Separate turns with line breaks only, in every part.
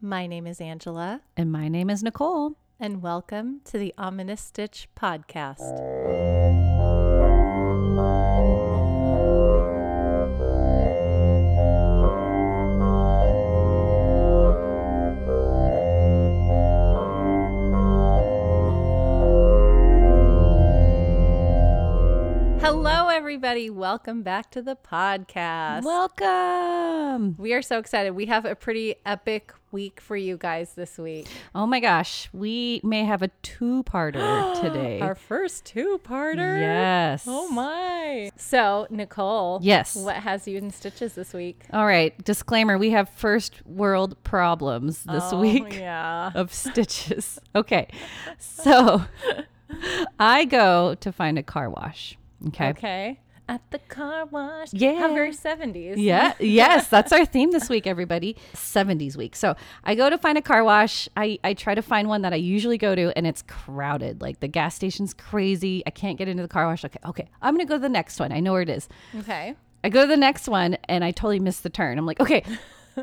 My name is Angela,
And my name is Nicole.
and welcome to the Ominous Stitch podcast. Hello, everybody. Welcome back to the podcast.
Welcome.
we are so excited. We have a pretty epic week for you guys this week.
Oh my gosh, we may have a two-parter today.
Our first two-parter.
yes.
Oh my. So, Nicole.
Yes.
What has you in stitches this week?
All right, disclaimer, we have first world problems this
Oh,
week
Yeah.
of stitches. Okay. So, I go to find a car wash. Okay.
Okay. At the car wash. How
Yeah.
very 70s.
Yeah, yes, that's our theme this week, everybody. 70s week. So I go to find a car wash. I, I try to find one that I usually go to, and it's crowded. Like the gas station's crazy. I can't get into the car wash. Okay, okay, I'm going to go to the next one. I know where it is.
Okay.
I go to the next one, and I totally miss the turn. I'm like, okay.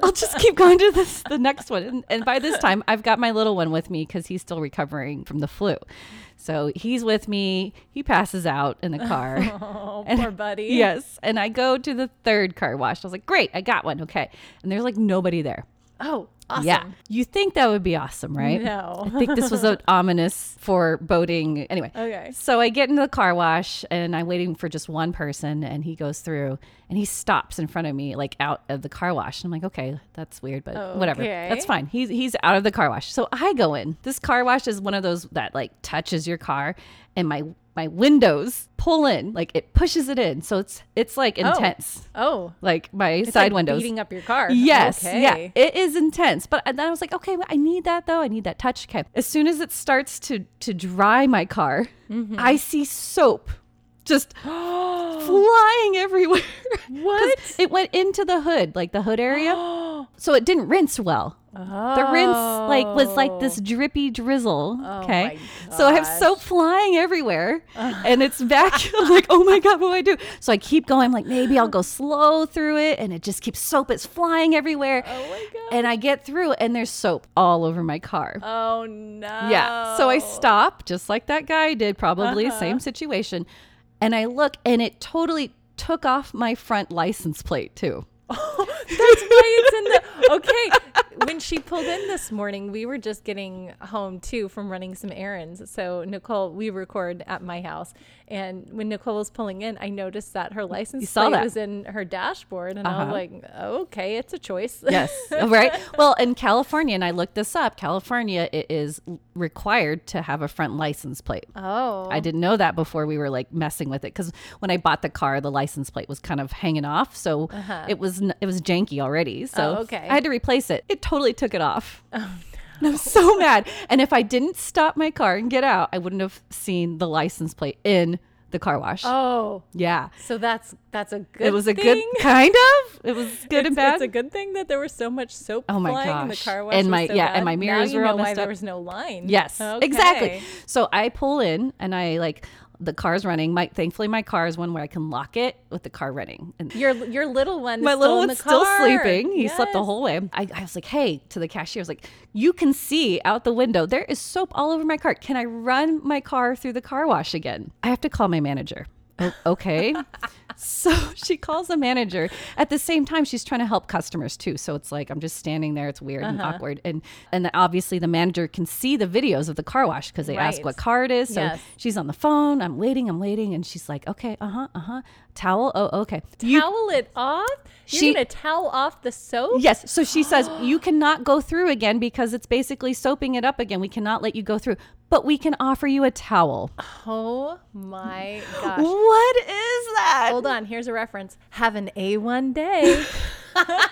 I'll just keep going to this the next one, and, and by this time, I've got my little one with me because he's still recovering from the flu, so he's with me. He passes out in the car.
Oh, poor buddy.
Yes. And I go to the third car wash. I was like, great, I got one. Okay. And there's like nobody there.
Oh, awesome.
Yeah. You think that would be awesome, right?
No.
I think this was an ominous foreboding. Anyway.
Okay.
So I get into the car wash and I'm waiting for just one person and he goes through and he stops in front of me, like out of the car wash. And I'm like, okay, that's weird, but whatever.
Okay.
That's fine. He's he's out of the car wash. So I go in. This car wash is one of those that like touches your car and my my windows pull in. Like it pushes it in. So it's it's like intense
Oh.
like my
It's
side
like
windows.
Beating up your car.
Yes,
Okay.
yeah, it is intense. But uh, then I was like, okay, well, I need that though. I need that touch. Okay, as soon as it starts to to dry my car,
Mm-hmm.
I see soap just flying everywhere. 'Cause
What?
It went into the hood, like the hood area, so it didn't rinse well. The rinse like was like this drippy drizzle. okay,
Oh. my
so I have soap flying everywhere, and it's vacuum. I'm like, oh my god, what do I do? So I keep going. like, maybe I'll go slow through it, and it just keeps soap. It's flying everywhere,
Oh my god.
and I get through, and there's soap all over my car.
Oh no.
Yeah.
Oh.
So I stop, just like that guy did, probably same situation, and I look, and it totally took off my front license plate too.
That's why it's in the okay. When she pulled in this morning, we were just getting home too from running some errands. So Nicole, we record at my house, and when Nicole was pulling in, I noticed that her license
saw
plate
that.
was in her dashboard, and I was
Uh-huh.
like, okay, it's a choice.
Yes. right. Well, in California, and I looked this up, California, it is l- required to have a front license plate.
oh,
I didn't know that before we were like messing with it because when I bought the car, the license plate was kind of hanging off, so it was n- it was janky already. So
Uh-huh. Oh, okay. Oh,
I had to replace it. It totally took it off. And I'm so mad. And if I didn't stop my car and get out, I wouldn't have seen the license plate in the car wash.
oh.
Yeah,
So that's that's a good.
it was a
thing.
good kind of. It was good
It's,
and bad.
it's a good thing that there was so much soap
Oh my
flying in the
gosh.
car wash.
And
was
my-
so
yeah, and
bad.
my mirrors
now you
were all
know why
messed
there
up.
was no line.
Yes, exactly.
Okay.
So I pull in and I like the car's running. My thankfully my car is one where I can lock it with the car running. And
Your your little one.
my
is
little
still in
one's
the
still
car.
sleeping. He slept the
Yes.
whole way. I, I was like, hey, to the cashier, I was like, you can see out the window, there is soap all over my car. Can I run my car through the car wash again? I have to call my manager. "O- okay. so she calls the manager. At the same time, she's trying to help customers too. So it's like I'm just standing there. It's weird
Uh-huh.
and awkward. And and obviously the manager can see the videos of the car wash because they ask
Right.
what car it is. So
Yes.
she's on the phone. I'm waiting. I'm waiting. And she's like, okay, uh huh, uh huh. Towel. Oh, okay. You
towel it off? You're
She-
gonna towel off the soap?
Yes. So she says, you cannot go through again because it's basically soaping it up again. We cannot let you go through, but we can offer you a towel.
Oh my gosh.
What is that?
Hold on, here's a reference. Have an A1 day.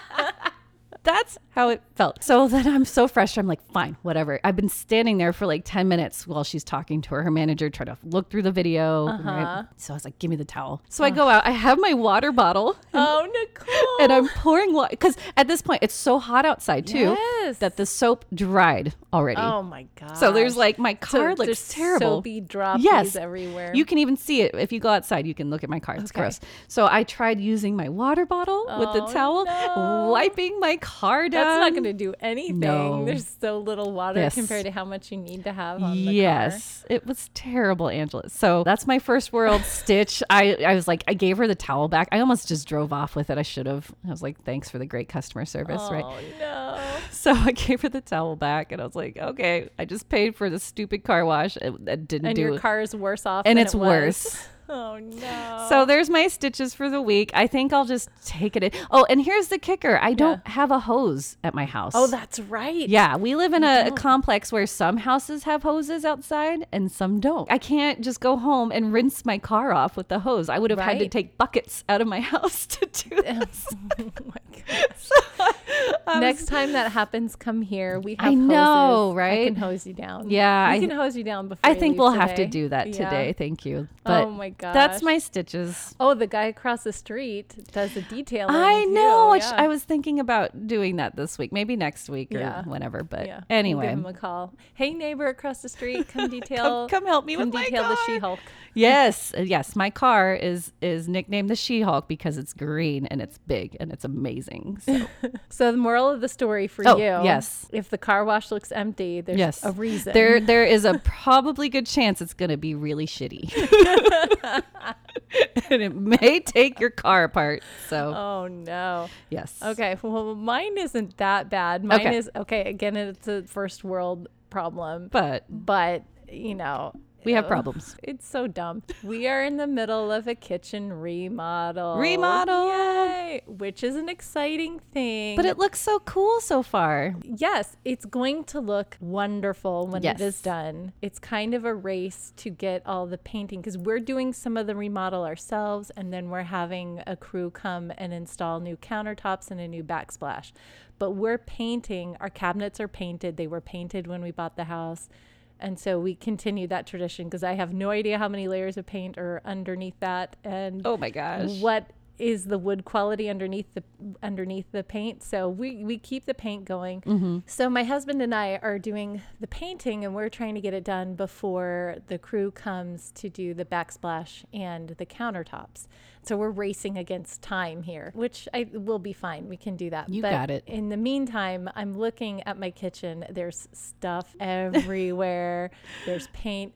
That's how it felt. So then I'm so frustrated. I'm like, fine, whatever. I've been standing there for like 10 minutes while she's talking to her, her manager, trying to look through the video.
Uh-huh.
right? So I was like, give me the towel. So I go out, I have my water bottle.
oh, Nicole.
And I'm pouring water because at this point it's so hot outside too
Yes.
that the soap dried already.
oh my god.
So there's like my car
there's
looks terrible.
Soapy droppies
yes,
everywhere.
You can even see it if you go outside. You can look at my car. It's
Okay.
gross. So I tried using my water bottle with
Oh,
the towel,
no.
wiping my car down.
That's not going to do anything.
No.
There's so little water
Yes.
compared to how much you need to have on the car.
yes it was terrible angela so that's my first world stitch i i was like i gave her the towel back i almost just drove off with it i should have i was like thanks for the great customer service right
Oh, no.
so i gave her the towel back and i was like okay i just paid for the stupid car wash it, that didn't
And
do
your
it
car is worse off.
and
than
it's
it was.
worse
Oh, no.
so there's my stitches for the week i think i'll just take it in. oh and here's the kicker i don't have a hose at my house
Oh, that's right.
Yeah, we live in a, a complex where some houses have hoses outside and some don't. I can't just go home and rinse my car off with the hose. I would have had to
Right.
take buckets out of my house to do that.
oh my gosh. Next time that happens, come here. We have
I know,
hoses. I
right?
can hose you down.
Yeah,
I
I-
can hose you down before.
I
you
think
leave
we'll have to
today.
do that
Yeah.
today. Thank you. But
oh my god.
that's my stitches.
Oh, the guy across the street does the detailing.
I
too.
know. I sh-
Yeah.
I was thinking about doing that this week, maybe next week or
Yeah.
whenever. But
Yeah. We'll
anyway,
give him a call. Hey, neighbor across the street, come detail.
come, come help me
come
with
detail
my
the
car.
She-Hulk.
Yes, uh, yes. My car is is nicknamed the She-Hulk because it's green and it's big and it's amazing. So
So the moral of the story for
Oh,
you,
yes.
if the car wash looks empty, there's
yes,
a reason.
There there is a probably good chance it's going to be really shitty, and it may take your car apart. So
oh no.
yes,
Okay. Well, mine isn't that bad. Mine
Okay.
is okay. Again, it's a first world problem,
but
but you know,
we have
ugh,
problems.
It's so dumb. We are in the middle of a kitchen
Oh,
remodel.
Remodel.
Yay! Which is an exciting thing.
But it looks so cool so far.
yes, it's going to look wonderful when
Yes.
it is done. It's kind of a race to get all the painting because we're doing some of the remodel ourselves and then we're having a crew come and install new countertops and a new backsplash. But we're painting, our cabinets are painted. They were painted when we bought the house. And so we continue that tradition because I have no idea how many layers of paint are underneath that. And
Oh my gosh.
what is the wood quality underneath the underneath the paint so we we keep the paint going
Mm-hmm.
so my husband and i are doing the painting and we're trying to get it done before the crew comes to do the backsplash and the countertops so we're racing against time here which i will be fine we can do that
You
But
got it.
in the meantime i'm looking at my kitchen there's stuff everywhere there's paint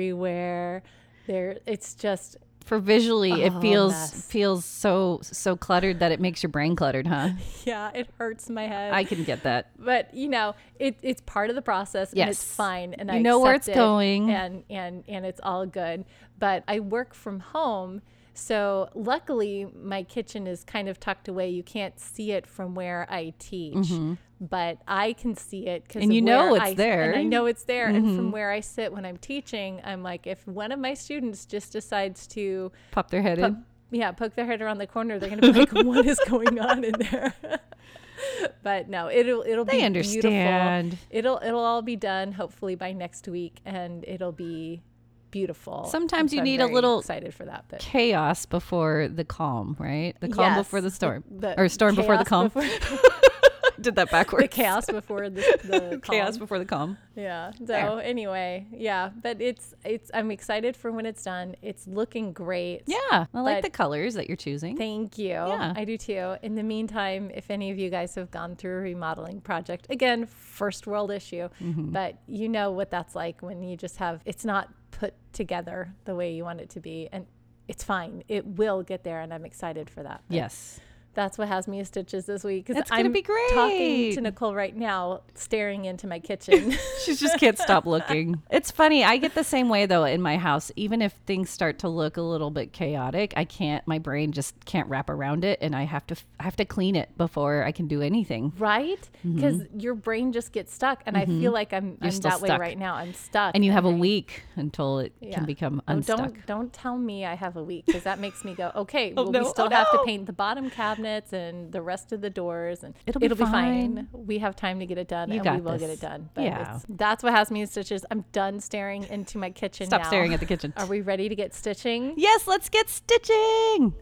everywhere there it's just
For visually, it
Oh,
feels
mess.
feels so so cluttered that it makes your brain cluttered, huh?
yeah, it hurts my head.
I can get that.
but you know, it, it's part of the process and it's
Yes.
fine and
You
I
know where it's
accept it,
going.
and and and it's all good. But I work from home, so luckily my kitchen is kind of tucked away. You can't see it from where I teach. But I can see it because
Mm-hmm. And you know it's
I,
there. Mm-hmm.
And I know it's there. And from where I sit when I'm teaching, I'm like, if one of my students just decides to
Pop their head
poke-
in.
yeah, poke their head around the corner. They're gonna be like, "What is going on in there?" but no, it'll it'll
They
be
understand.
beautiful. It'll it'll all be done hopefully by next week, and it'll be beautiful. And
Sometimes
so
you
I'm
need a
very
little-
excited for that, but
chaos before the calm, right? The calm before
Yes,
the storm,
the-
or storm before the
chaos
calm.
before-
Did that backwards?
the chaos before the, the
Chaos
calm.
before the calm.
Yeah. So
There.
anyway, yeah, but it's it's I'm excited for when it's done. It's looking great.
Yeah, I like
But-
the colors that you're choosing.
Thank you.
Mm-hmm. Yeah.
I do too. In the meantime, if any of you guys have gone through a remodeling project, again, first world issue,
Mm-hmm.
but you know what that's like when you just have it's not put together the way you want it to be. And it's fine. It will get there. And I'm excited for that. But
yes,
That's what has me a stitches this week. 'cause
That's gonna
I'm
be
Talking to
great.
Nicole right now, staring into my kitchen.
she just can't stop looking. It's funny. I get the same way though in my house. Even if things start to look a little bit chaotic, I can't. My brain just can't wrap around it, and I have to. I have to clean it before I can do anything.
right? Because your brain just gets stuck. And I feel like I'm, I'm that
Mm-hmm. still
way
stuck.
right now. I'm stuck.
And you have a week until it
Yeah.
can become
Oh,
unstuck.
don't don't tell me I have a week because that makes me go, okay, well,
no.
we still
Oh,
have
no.
to paint the bottom cabinets and the rest of the doors, and
It'll be fine.
We have time to get it done,
You
and
got
we will get
this.
it done. But
Yeah.
it's- that's what has me in stitches. I'm done staring into my kitchen.
Stop
now.
staring at the kitchen.
Are we ready to get stitching?
Yes, let's get stitching.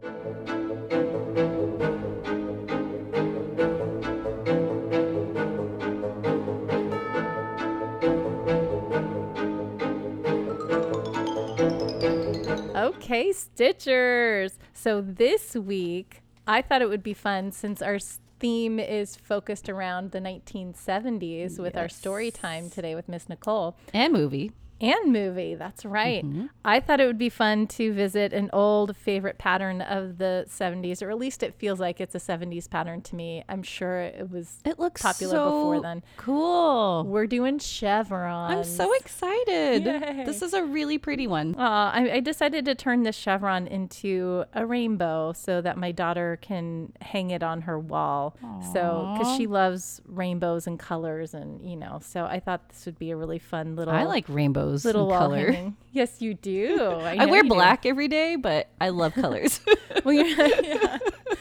Okay, Stitchers. So this week, I thought it would be fun since our theme is focused around the 1970s with our story time today with Miss Nicole
and movie.
and movie. That's right.
Mm-hmm.
I thought it would be fun to visit an old favorite pattern of the 70s, or at least it feels like it's a 70s pattern to me. I'm sure it was.
It looks
Popular before
so
then.
Cool.
We're doing chevron.
I'm so excited.
Yay.
This is a really pretty one.
Uh, I, I decided to turn this chevron into a rainbow so that my daughter can hang it on her wall. So, because she loves rainbows and colors, and you know, so I thought this would be a really fun little.
I like rainbows
little
and
wall
color.
hanging. Yes, you do. I,
I
know
wear
you do.
black every day, but I love colors.
Well, you're, yeah,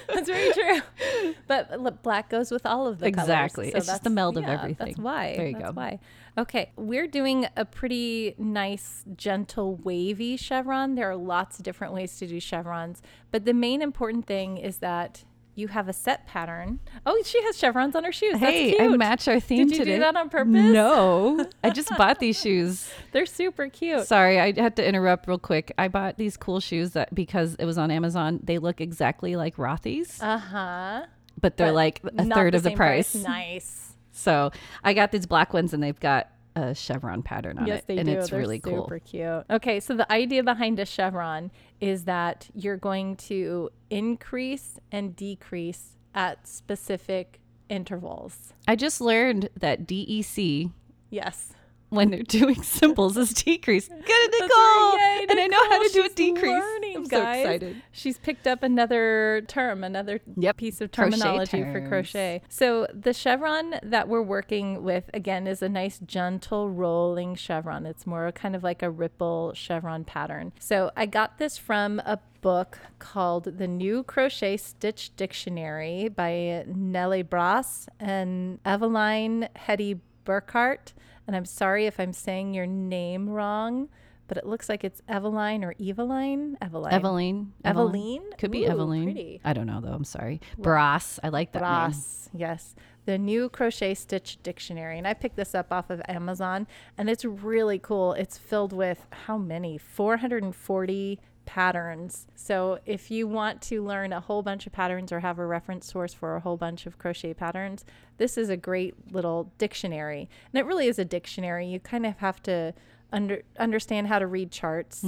that's very true. But look, black goes with all of the colors,
Exactly. It's just the
that's-
meld of everything.
That's why.
There you
that's
go.
Why? Okay, we're doing a pretty nice, gentle, wavy chevron. There are lots of different ways to do chevrons, but the main important thing is that you have a set pattern. Oh, she has chevrons on her shoes.
hey,
that's cute.
I match our theme
Did you do
today.
that on purpose?
No, I just bought these shoes.
They're super cute.
Sorry, I had to interrupt real quick. I bought these cool shoes that because it was on Amazon. They look exactly like Rothy's,
Uh huh.
but they're like a third of the price.
Nice.
So I got these black ones, and they've got a chevron pattern on
Yes,
it,
they
and
do.
it's
They're
really
super
cool.
cute. Okay, so the idea behind a chevron is that you're going to increase and decrease at specific intervals.
I just learned that DEC
Yes.
when they're doing symbols is decrease. Good, Nicole!
Yay,
and I know how to
Nicole,
do a
she's
decrease.
learning,
I'm so
guys.
excited.
She's picked up another term, another
Yep.
piece of
Crochet
terminology for
terms.
crochet. So the chevron that we're working with again is a nice gentle rolling chevron. It's more kind of like a ripple chevron pattern. So I got this from a book called The New Crochet Stitch Dictionary by Nellie Brass and Eveline Hetty Burkhart. And I'm sorry if I'm saying your name wrong. But it looks like it's Eveline or Eveline? Eveline.
Eveline.
Eveline?
Could be
Ooh,
Eveline.
pretty.
I don't know though. I'm sorry. Brass. I like that name.
Brass, yes. The new crochet stitch dictionary. And I picked this up off of Amazon and it's really cool. It's filled with how many? 440 patterns. So if you want to learn a whole bunch of patterns or have a reference source for a whole bunch of crochet patterns, this is a great little dictionary. And it really is a dictionary. You kind of have to under, understand how to read charts.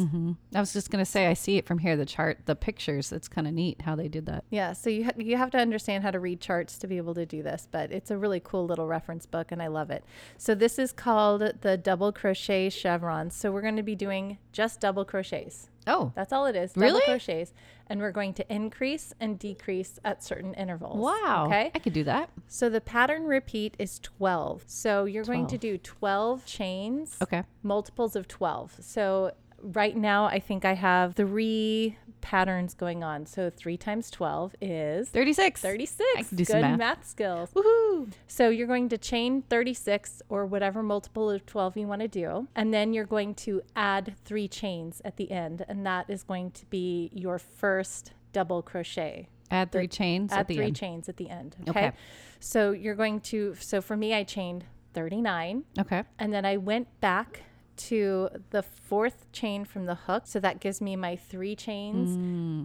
I was just gonna say I see it from here. The chart, the pictures. It's kind of neat how they did that.
Yeah, so you ha- you have to understand how to read charts to be able to do this, but it's a really cool little reference book and I love it. So this is called the double crochet chevron. So we're going to be doing just double crochets.
Oh,
That's all it is. Double
Really?
crochets and we're going to increase and decrease at certain intervals.
wow.
Okay?
I could do that.
So the pattern repeat is 12. So you're going to do 12 chains
Okay.
multiples of 12. So right now I think I have three patterns going on. So 3 times 12 is
Thirty-six.
36.
I can do
Good
some
math.
math.
skills.
Woohoo!
So you're going to chain 36 or whatever multiple of 12 you want to do, and then you're going to add 3 chains at the end, and that is going to be your first double crochet
Add three chains
add
at the
three
end.
chains at the end. Okay?
Okay.
So you're going to, so for me, I chained 39
okay.
and then I went back to the fourth chain from the hook. So that gives me my three chains.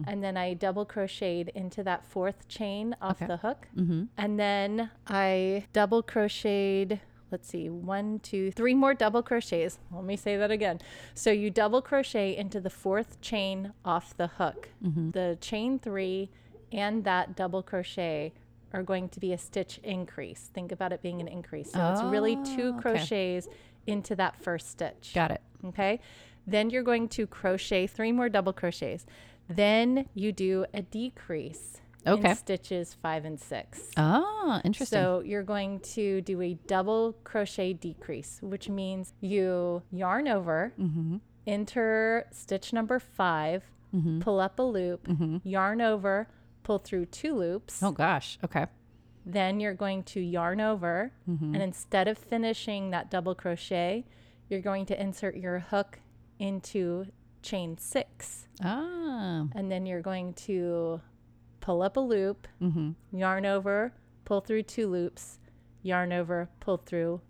And then I double crocheted into that fourth chain off the hook. And then I double crocheted. Let's see, one, two, three more double crochets. Let me say that again. So you double crochet into the fourth chain off the hook. The chain three and that double crochet are going to be a stitch increase. Think about it being an increase. So it's really two
Oh, okay.
crochets into that first stitch.
Got it.
Okay. Then you're going to crochet three more double crochets. Then you do a decrease
Okay.
in stitches five and six.
Ah, interesting.
So you're going to do a double crochet decrease, which means you yarn over,
Mm-hmm.
enter stitch number 5
Mm-hmm.
pull up a loop, yarn over, pull through two loops.
oh gosh. Okay.
Then you're going to yarn over,
Mm-hmm.
and instead of finishing that double crochet, you're going to insert your hook into chain six,
Ah.
and then you're going to pull up a loop,
Mm-hmm.
yarn over, pull through two loops, yarn over, pull through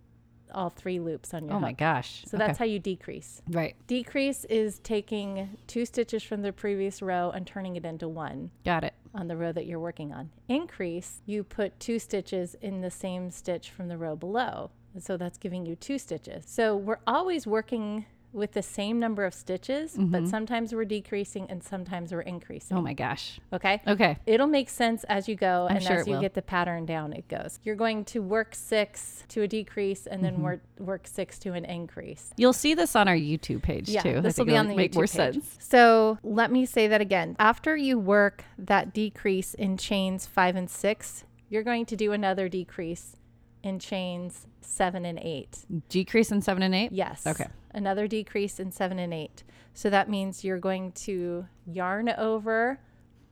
all three loops on your
Oh my
hook.
gosh.
So that's how you decrease.
right.
Decrease is taking two stitches from the previous row and turning it into one.
Got it.
on the row that you're working on. Increase, you put two stitches in the same stitch from the row below. And So that's giving you two stitches. So we're always working with the same number of stitches,
Mm-hmm.
but sometimes we're decreasing and sometimes we're increasing.
Oh my gosh.
Okay.
Okay.
It'll make sense as you go and
sure
as
it
you
will.
get the pattern down, it goes. You're going to work six to a decrease and
Mm-hmm.
then work, work six to an increase.
You'll see this on our YouTube page too. I
This will
think
be
it'll
on the
make
YouTube
more
page.
sense.
So let me say that again. After you work that decrease in chains five and six, you're going to do another decrease in chains seven and eight.
Decrease in seven and eight.
Yes.
Okay.
Another decrease in seven and eight. So that means you're going to yarn over,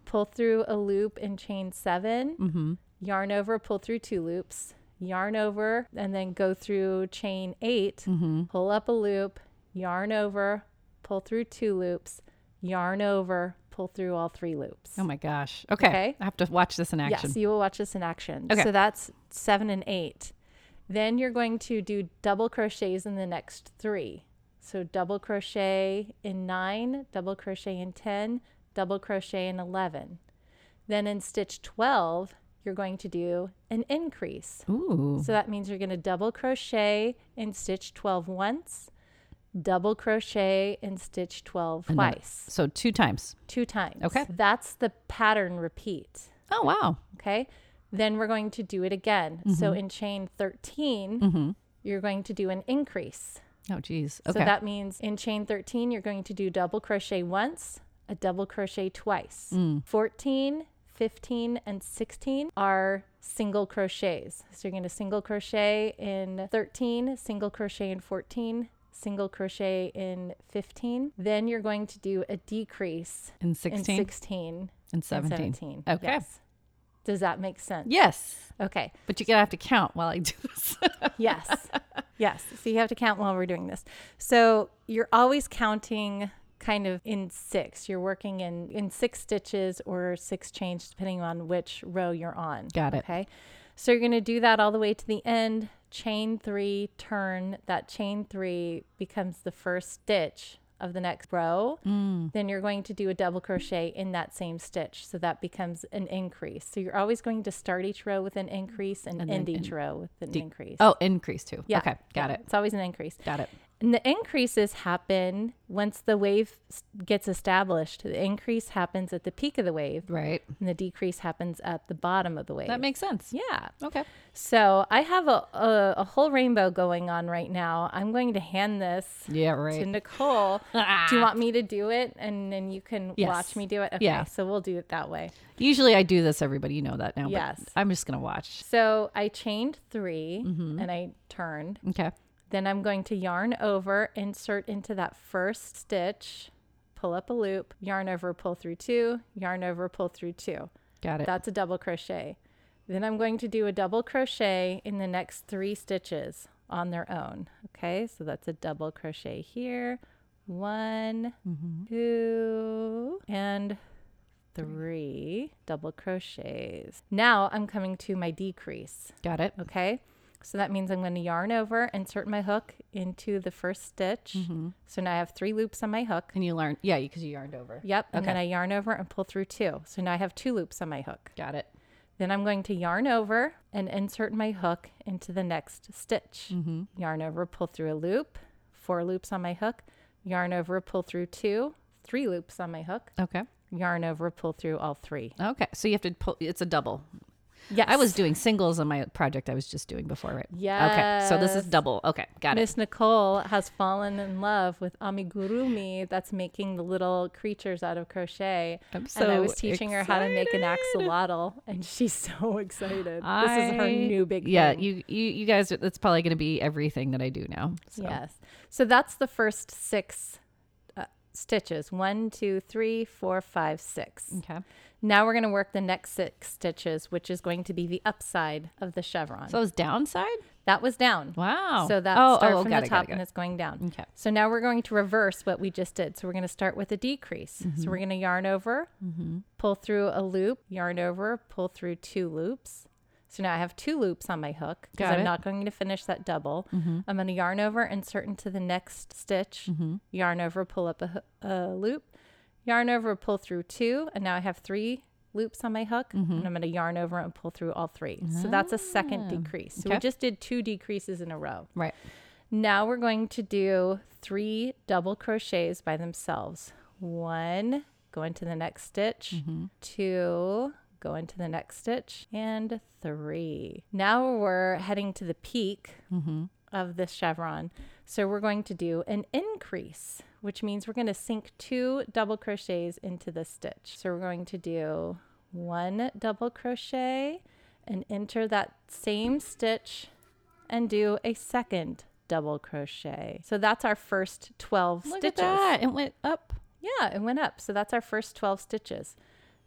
pull through a loop in chain 7 yarn over, pull through two loops, yarn over, and then go through chain 8 pull up a loop, yarn over, pull through two loops, yarn over, pull through all three loops.
Oh my gosh. Okay.
Okay.
I have to watch this in action.
Yes, you will watch this in action.
Okay.
So that's seven and eight. Then you're going to do double crochets in the next three. So double crochet in nine, double crochet in 10, double crochet in 11. Then in stitch 12, you're going to do an increase.
Ooh.
So that means you're going to double crochet in stitch 12 once, double crochet in stitch 12 twice,
So two times.
two times.
Okay.
That's the pattern repeat
Oh wow.
okay then we're going to do it again so
Mm-hmm.
in chain 13 you're going to do an increase
Oh geez. Mm-hmm. Okay.
so that means in chain 13 you're going to do double crochet once a double crochet twice
Mm.
14 15 and 16 are single crochets so you're going to single crochet in 13 single crochet in 14 single crochet in 15 then you're going to do a decrease
in sixteen
in 16
and
and
seventeen.
17.
Okay.
Yes. Does that make sense?
Yes.
Okay.
But you're gonna have to count while I do this.
Yes. yes. So you have to count while we're doing this. So you're always counting kind of in six. You're working in in six stitches or six chains depending on which row you're on.
Got it.
Okay. So you're going to do that all the way to the end, chain 3, turn that chain 3 becomes the first stitch of the next row.
Mm.
Then you're going to do a double crochet in that same stitch. So that becomes an increase. So you're always going to start each row with an increase and, end each row with an increase.
oh, increase too.
Yeah.
Okay. Got
Yeah.
it.
It's always an increase.
Got it.
And the increases happen once the wave s- gets established. The increase happens at the peak of the wave,
Right.
and the decrease happens at the bottom of the wave.
That makes sense.
yeah.
Okay.
So I have a, a, a whole rainbow going on right now. I'm going to hand this
Yeah.
to
Right.
Nicole. do you want me to do it? And then you can
Yes.
watch me do it? Okay.
Yeah.
So we'll do it that way.
Usually I do this. Everybody, you know that now. but
Yes.
I'm just gonna watch.
So I chained 3
Mm-hmm.
and I turned.
Okay.
Then I'm going to yarn over, insert into that first stitch, pull up a loop, yarn over, pull through two, yarn over, pull through two.
Got it.
That's a double crochet. Then I'm going to do a double crochet in the next three stitches on their own. Okay, so that's a double crochet here. One, two, and three double crochets. Now I'm coming to my decrease.
Got it.
Okay. So that means I'm going to yarn over, insert my hook into the first stitch.
Mm-hmm.
So now I have three loops on my hook.
And you learn. Yeah, because you yarned over.
Yep. And then
Okay.
I yarn over and pull through two. So now I have two loops on my hook.
Got it.
Then I'm going to yarn over and insert my hook into the next stitch.
Mm-hmm.
Yarn over, pull through a loop, four loops on my hook. Yarn over, pull through two, three loops on my hook.
Okay.
Yarn over, pull through all three.
Okay. So you have to pull. It's a double.
Yes.
I was doing singles on my project I was just doing before, right? Okay. So this
Yes.
is double. Okay. Got it.
Miss Nicole has fallen in love with amigurumi. That's making the little creatures out of crochet.
I'm
and I
so
was teaching her how to make an axolotl, and she's so excited. This is her
I-
new big
Yeah,
thing.
you, you you guys are- that's probably going to be everything that I do now. So.
Yes. So that's the first six uh, stitches. One, two, three, four, five, six.
Okay.
Now we're going to work the next six stitches, which is going to be the upside of the chevron.
So it's downside?
that was down.
Wow.
So that
oh,
start
oh,
from
got
the top
it, got it, got
and
it.
it's going down.
Okay.
So now we're going to reverse what we just did. So we're going to start with a decrease. So
Mm-hmm.
we're going to yarn over, pull through a loop, yarn over, pull through two loops. So now I have two loops on my hook because
Got
I'm
it. Mm-hmm.
not going to finish that double. I'm going to yarn over, insert into the next stitch, yarn over, pull up a, ho- a loop, yarn over, pull through two, and now I have three loops on my hook
Mm-hmm.
and I'm going to yarn over and pull through all three. So that's a second decrease. So we
Ah. Okay.
just did two decreases in a row.
Right.
Now we're going to do three double crochets by themselves. One, go into the next stitch. Two, go into the next stitch. And three. Now we're heading to the peak of this chevron. So we're going to do an increase, which means we're going to sink two double crochets into the stitch. So we're going to do one double crochet and enter that same stitch and do a second double crochet. So that's our first 12
Look
stitches.
at that. It went up.
Yeah, it went up. So that's our first 12 stitches.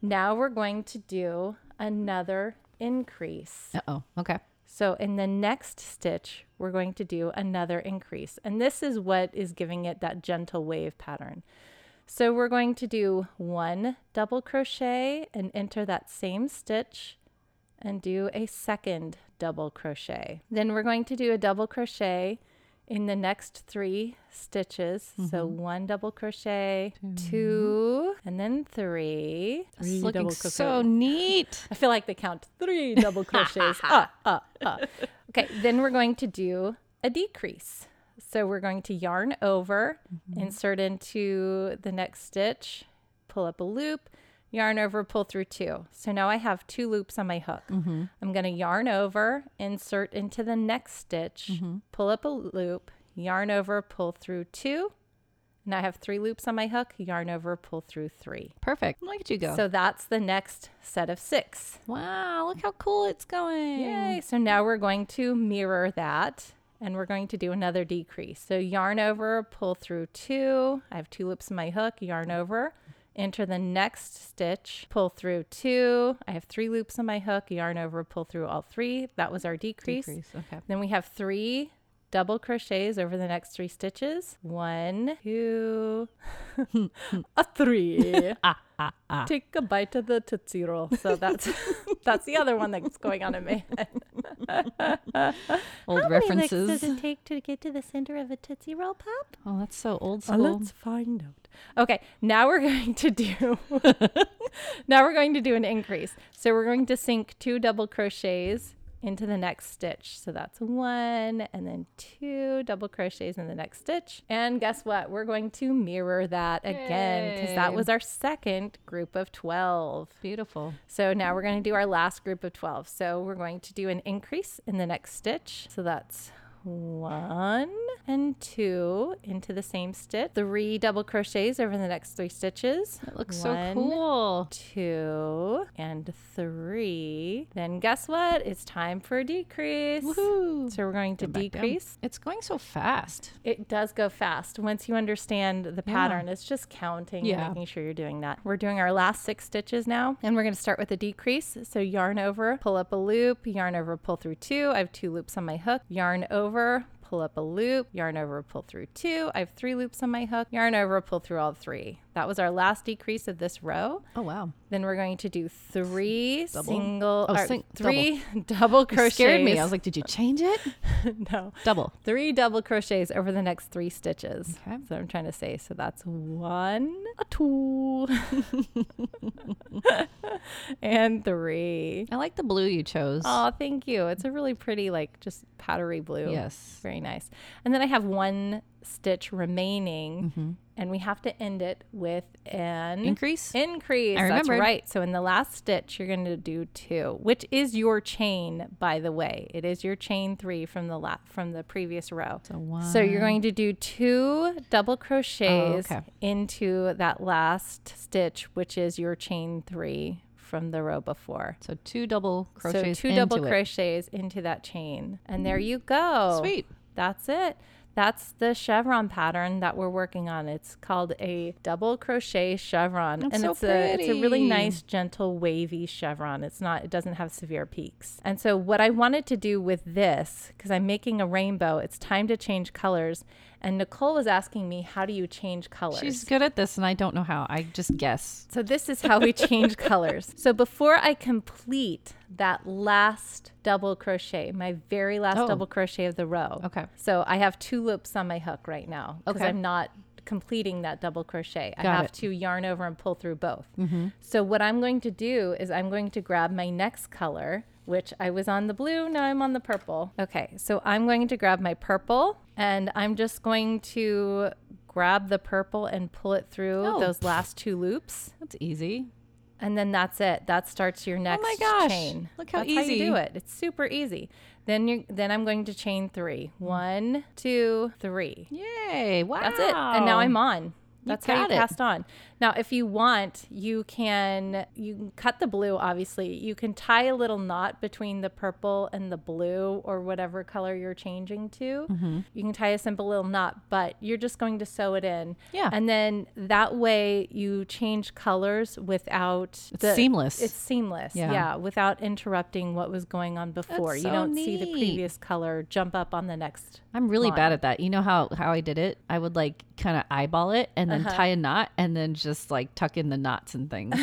Now we're going to do another increase.
Uh oh. Okay.
So in the next stitch, we're going to do another increase. And this is what is giving it that gentle wave pattern. So we're going to do one double crochet and enter that same stitch and do a second double crochet. Then we're going to do a double crochet in the next three stitches. So one double crochet, Mm-hmm. two, and then three.
It's
Three
looking
double
so
crochets.
neat.
I feel like they count three double crochets. uh, uh, uh. Okay, then we're going to do a decrease. So we're going to yarn over, insert into the next stitch, pull up a loop, yarn over, pull through two. So now I have two loops on my hook. I'm going to yarn over, insert into the next stitch, pull up a loop, yarn over, pull through two. And I have three loops on my hook, yarn over, pull through three.
Perfect. Look at you go.
So that's the next set of six.
wow. Look how cool it's going.
Yay. So now we're going to mirror that and we're going to do another decrease. So yarn over, pull through two. I have two loops in my hook, yarn over, enter the next stitch, pull through two. I have three loops in my hook, yarn over, pull through all three. That was our decrease.
Decrease. Okay.
Then we have three double crochets over the next three stitches. One, two, a three. Take a bite of the tootsie roll. So that's that's the other one that's going on in my head.
Old references.
it take to get to the center of a tootsie roll pop?
Oh, that's so old school.
find out. Okay, now we're going to do now we're going to do an increase. So we're going to sink two double crochets into the next stitch. So that's one and then two double crochets in the next stitch. And guess what? We're going to mirror that again because that
Yay.
was our second group of 12.
Beautiful.
So now we're going to do our last group of 12. So we're going to do an increase in the next stitch. So that's one and two into the same stitch, three double crochets over the next three stitches.
It looks so
One,
cool.
Two and three. Then guess what? It's time for a decrease.
Woohoo.
So we're going to
Go back down.
decrease.
It's going so fast.
It does go fast once you understand the pattern. It's just counting
Yeah.
and making sure you're doing that. We're doing our last six stitches now, and we're going to start with a decrease. So yarn over, pull up a loop, yarn over, pull through two. I have two loops on my hook. Yarn over, pull up a loop, yarn over, pull through two. I have three loops on my hook. Yarn over, pull through all three. That was our last decrease of this row.
Oh wow.
Then we're going to do three
Double?
single,
Oh,
or
sing-
three double,
You
crochets.
scared me. I was like, did you change it?
no
Double.
three double crochets over the next three stitches.
Okay.
So I'm trying to say, so that's one, a two, and three.
I like the blue you chose.
Oh, thank you. It's a really pretty, like just powdery blue. It's
yes.
Very nice. And then I have one stitch remaining, and we have to end it with an
Mm-hmm. Increase.
Increase.
I
That's
remembered.
right. So in the last stitch, you're going to do two, which is your chain, by the way. It is your chain three from the la- from the previous row.
So one.
So you're going to do two double crochets
Oh, okay.
into that last stitch, which is your chain three from the row before.
So two double crochets.
so two double
into it. Mm.
crochets into that chain, and there you go.
Sweet.
That's it. That's the chevron pattern that we're working on. It's called a double crochet chevron,
That's
and
so
it's a it's a really
pretty.
nice, gentle, wavy chevron. It's not it doesn't have severe peaks. And so what I wanted to do with this, because I'm making a rainbow, it's time to change colors. And Nicole was asking me, how do you change colors?
She's good at this, and I don't know how. I just guess.
So this is how we change colors. So before I complete that last double crochet, my very last
Oh.
double crochet of the row.
Okay.
So I have two loops on my hook right now because
Okay.
I'm not completing that double crochet. I
Got
have
it.
to yarn over and pull through both. So what I'm going to do is I'm going to grab my next color, which I was on the blue, now I'm on the purple. Okay, so I'm going to grab my purple and I'm just going to grab the purple and pull it through
Oh,
those last two loops.
That's easy.
And then that's it. That starts your next
Oh gosh.
chain.
Look how
that's How you do
easy.
it. It's super easy. Then you then I'm going to chain three.
Mm.
One, two, three.
Yay. Wow.
That's it. And now I'm on. That's how you
got it.
cast on. Now, if you want, you can you can cut the blue. Obviously, you can tie a little knot between the purple and the blue, or whatever color you're changing to. You can tie a simple little knot, but you're just going to sew it in.
Yeah.
and then that way you change colors without. It's
seamless.
It's seamless.
Yeah.
Yeah. without interrupting what was going on before. you
so
don't see the
neat.
previous color jump up on the next.
I'm really
line.
bad at that. You know how how I did it? I would like kind of eyeball it and then
Uh-huh.
tie a knot and then just like tuck in the knots and things.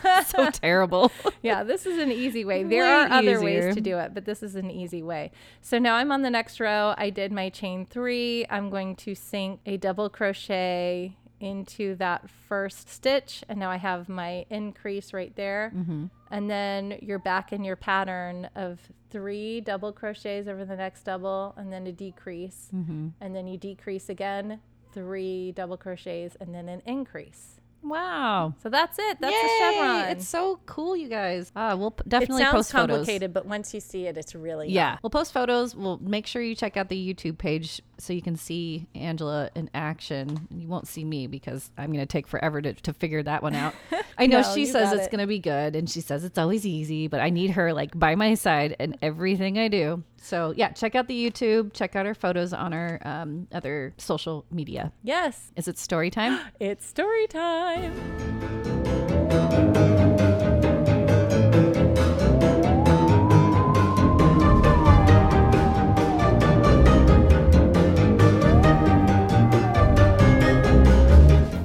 so terrible.
yeah, this is an easy way. There
Way
are other
easier.
ways to do it, but this is an easy way. So now I'm on the next row. I did my chain three. I'm going to sink a double crochet into that first stitch. And now I have my increase right there.
Mm-hmm.
And then you're back in your pattern of three double crochets over the next double, and then a decrease.
Mm-hmm.
And then you decrease again, three double crochets, and then an increase.
Wow.
So that's it. That's
Yay!
a chevron.
It's so cool, you guys. Ah, we'll p- definitely
it sounds
post photos.
complicated, but once you see it, it's really
Yeah. We'll post photos. We'll make sure you check out the YouTube page so you can see Angela in action. You won't see me because I'm going to take forever to, to figure that one out. I know
No,
she
you
says
got
it's
it.
going to be good and she says it's always easy, but I need her like by my side in everything I do. So, yeah, check out the YouTube. Check out our photos on our um, other social media.
Yes,
Is it story time?
it's story time.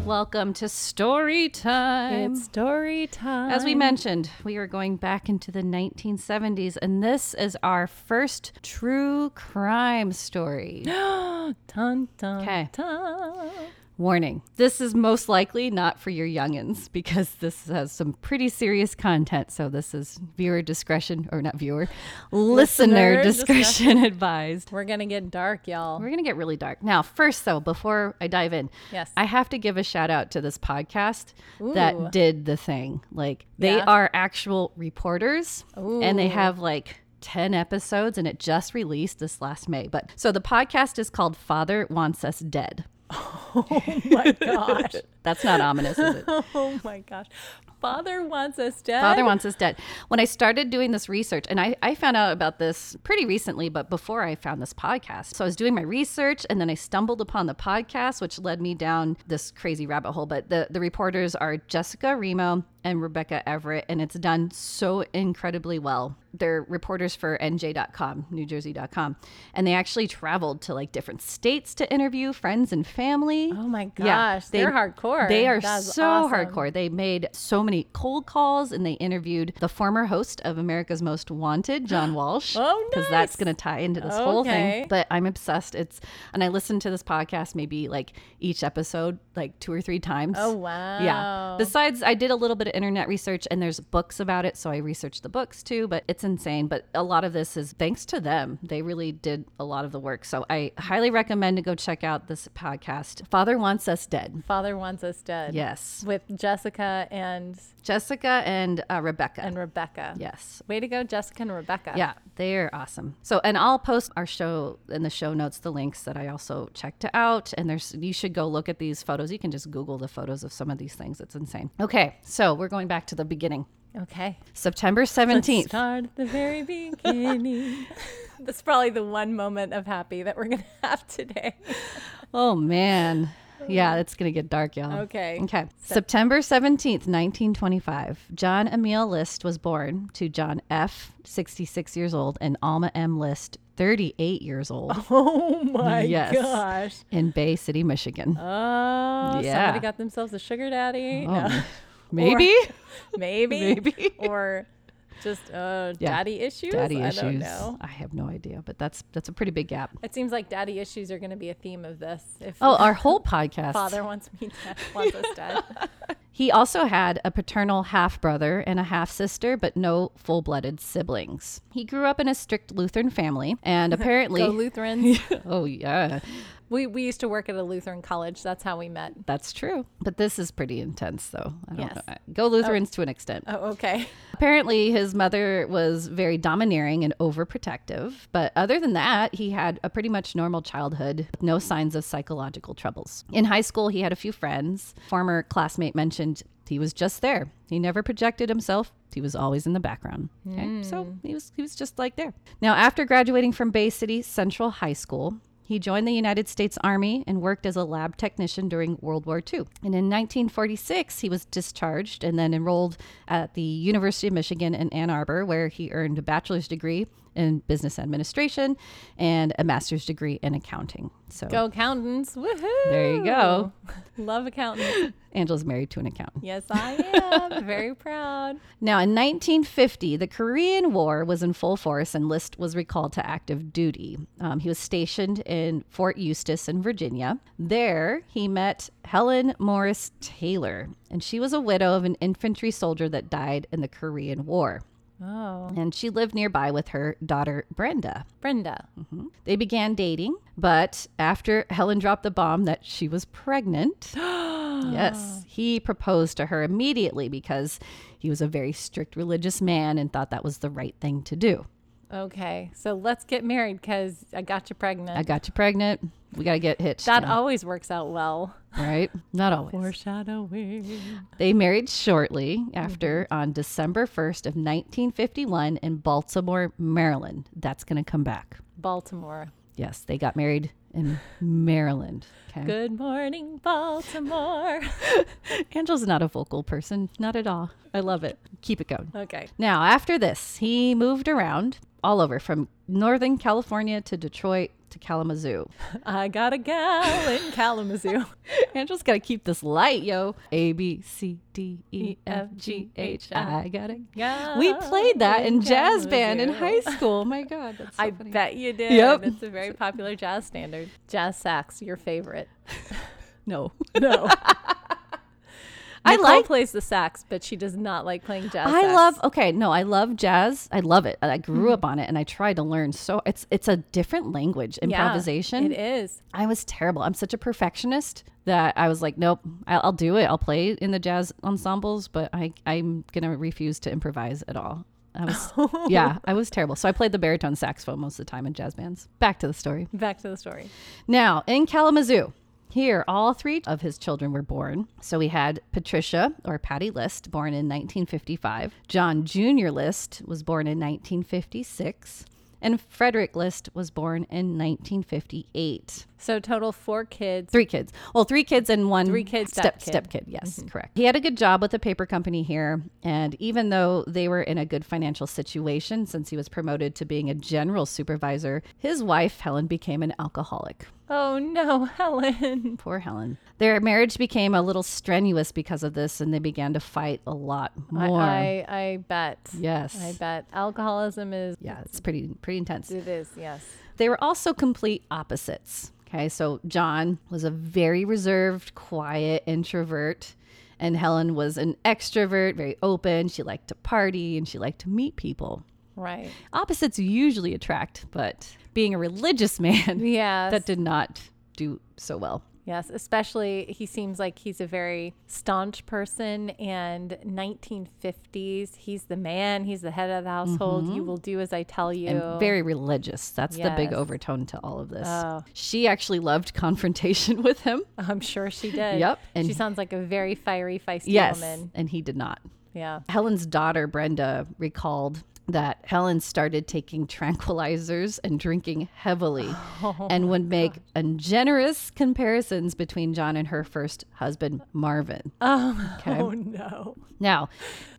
Welcome to story time.
It's story time.
As we mentioned, we are going back into the 1970s, and this is our first true crime story.
dun, dun,
'Kay.
dun.
Warning this is most likely not for your youngins because this has some pretty serious content. So, this is viewer discretion, or not viewer,
Listener
listener, discretion advised.
We're gonna get dark, y'all.
We're going to get really dark. Now, first, though, before I dive in,
Yes.
I have to give a shout out to this podcast that
Ooh.
did the thing. Like, they
Yeah.
are actual reporters and they
Ooh.
have like 10 episodes and it just released this last May. But so the podcast is called Father Wants Us Dead.
my gosh.
That's not ominous, is it?
Oh my gosh. Father wants us dead.
Father Wants Us Dead. When I started doing this research, and I, I found out about this pretty recently, but before I found this podcast. So I was doing my research and then I stumbled upon the podcast, which led me down this crazy rabbit hole. But the, the reporters are Jessica Remo and Rebecca Everett, and it's done so incredibly well. They're reporters for NJ.com, NewJersey.com, and they actually traveled to like different states to interview friends and family.
Oh my gosh,
Yeah,
they're hardcore.
They are
That is
so
awesome.
hardcore. They made so many cold calls and they interviewed the former host of America's Most Wanted, John Walsh.
Oh,
that's
nice.
going to tie into this whole thing.
Okay.
But I'm obsessed. It's and I listened to this podcast maybe like each episode like two or three times.
Oh wow.
Yeah. Besides, I did a little bit of internet research and there's books about it. So I researched the books too, but it's insane. But a lot of this is thanks to them. They really did a lot of the work. So I highly recommend to go check out this podcast, Father Wants Us Dead.
Father wants us dead.
Yes.
With Jessica and
Jessica and uh, Rebecca.
and Rebecca.
yes.
Way to go, Jessica and Rebecca.
Yeah, they're awesome. So, and I'll post our show in the show notes the links that I also checked out. And there's, you should go look at these photos. You can just Google the photos of some of these things. It's insane. Okay, so we're going back to the beginning.
Okay.
September 17th.
Start at the very beginning. That's probably the one moment of happy that we're gonna have today.
Oh, man. Yeah, it's going to get dark, y'all.
Okay.
Okay. September 17th, 1925. John Emil List was born to John F., 66 years old, and Alma M. List, 38 years old,
Oh my
Yes.
gosh.
in Bay City, Michigan. Oh,
Oh,
Yeah.
somebody got themselves a sugar daddy.
Oh,
No.
maybe.
Maybe.
Maybe.
Or Just uh,
Yeah.
daddy issues.
Daddy
I
issues.
don't know.
I have no idea, but that's that's a pretty big gap.
It seems like daddy issues are going to be a theme of this. If
Oh, our whole podcast.
father wants me dead, wants us dead.
He also had a paternal half brother and a half sister, but no full blooded siblings. He grew up in a strict Lutheran family, and apparently,
Go Lutherans.
oh yeah,
we we used to work at a Lutheran college. That's how we met.
that's true. But this is pretty intense, though. I don't
Yes.
know. Go Lutherans to an extent.
Oh, okay.
Apparently, his mother was very domineering and overprotective, but other than that, he had a pretty much normal childhood with no signs of psychological troubles. In high school, he had a few friends. Former classmate mentioned he was just there. He never projected himself. He was always in the background. Okay? So he was he was just like there. Now, after graduating from Bay City Central High School, he joined the United States Army and worked as a lab technician during World War II. And in 1946, he was discharged and then enrolled at the University of Michigan in Ann Arbor, where he earned a bachelor's degree in business administration and a master's degree in accounting. So
Go accountants. Woohoo.
There you go.
Love accountants.
Angela's married to an accountant.
Yes, I am. Very proud.
Now, in 1950, the Korean War was in full force and List was recalled to active duty. Um, he was stationed in Fort Eustis in Virginia. There, he met Helen Morris Taylor, and she was a widow of an infantry soldier that died in the Korean War.
Oh.
And she lived nearby with her daughter, Brenda.
Brenda.
They began dating, but after Helen dropped the bomb that she was pregnant, yes, he proposed to her immediately because he was a very strict religious man and thought that was the right thing to do.
Okay. So let's get married because I got you pregnant.
I got you pregnant. We got to get hitched.
that
now,
always works out well.
right? Not always.
Foreshadowing.
They married shortly after on December 1st of 1951 in Baltimore, Maryland. That's going to come back.
Baltimore.
Yes, they got married in Maryland. Okay.
Good morning, Baltimore.
Angel's not a vocal person, not at all. I love it. Keep it going.
okay.
Now, after this, he moved around all over from Northern California to Detroit to Kalamazoo.
I got a gal in Kalamazoo.
Angel's got to keep this light, yo. A, B, C, D, E, F, G, H, I got it.
Gal
We played that in jazz band in
Kalamazoo.
high school. My God, that's so
I
funny.
bet you did.
Yep.
It's a very popular jazz standard. Jazz sax, your favorite.
No.
No.
I
Nicole
like
plays the sax, but she does not like playing jazz. Hmm.
I
sax.
love okay, no, I love jazz. I love it. I grew up on it and I tried to learn so it's it's a different language.
Yeah,
Improvisation.
it is.
I was terrible. I'm such a perfectionist that I was like, nope, I'll, I'll do it. I'll play in the jazz ensembles, but I, I'm going to refuse to improvise at all. I was, yeah, I was terrible. So I played the baritone saxophone most of the time in jazz bands. Back to the story.
Back to the story.
Now, in Kalamazoo, here, all three of his children were born. So we had Patricia, or Patty List, born in 1955. John Jr. List was born in 1956. And Frederick List was born in 1958
So total four kids.
three kids. Well, three kids and one
Three kids, Mm-hmm.
step
stepkid.
step kid. Yes, correct. He had a good job with a paper company here, and even though they were in a good financial situation since he was promoted to being a general supervisor, his wife Helen became an alcoholic.
Oh no, Helen.
Poor Helen. Their marriage became a little strenuous because of this, and they began to fight a lot
I,
more.
I I bet.
yes.
I bet alcoholism is.
yeah, it's pretty pretty intense.
It is. Yes.
They were also complete opposites. Okay, so John was a very reserved, quiet introvert, and Helen was an extrovert, very open. She liked to party and she liked to meet people.
Right.
Opposites usually attract, but being a religious man,
Yes.
that did not do so well.
yes. Especially, he seems like he's a very staunch person. And 1950s, he's the man. He's the head of the household. You will do as I tell you.
Mm-hmm. And very religious. That's the big
Yes.
overtone to all of this.
Oh.
She actually loved confrontation with him.
I'm sure she did.
Yep, and-
she sounds like a very fiery, feisty
Yes.
woman.
And he did not.
Yeah.
Helen's daughter, Brenda, recalled that Helen started taking tranquilizers and drinking heavily and would make ungenerous comparisons between John and her first husband, Marvin.
Oh,
Okay.
oh no.
Now,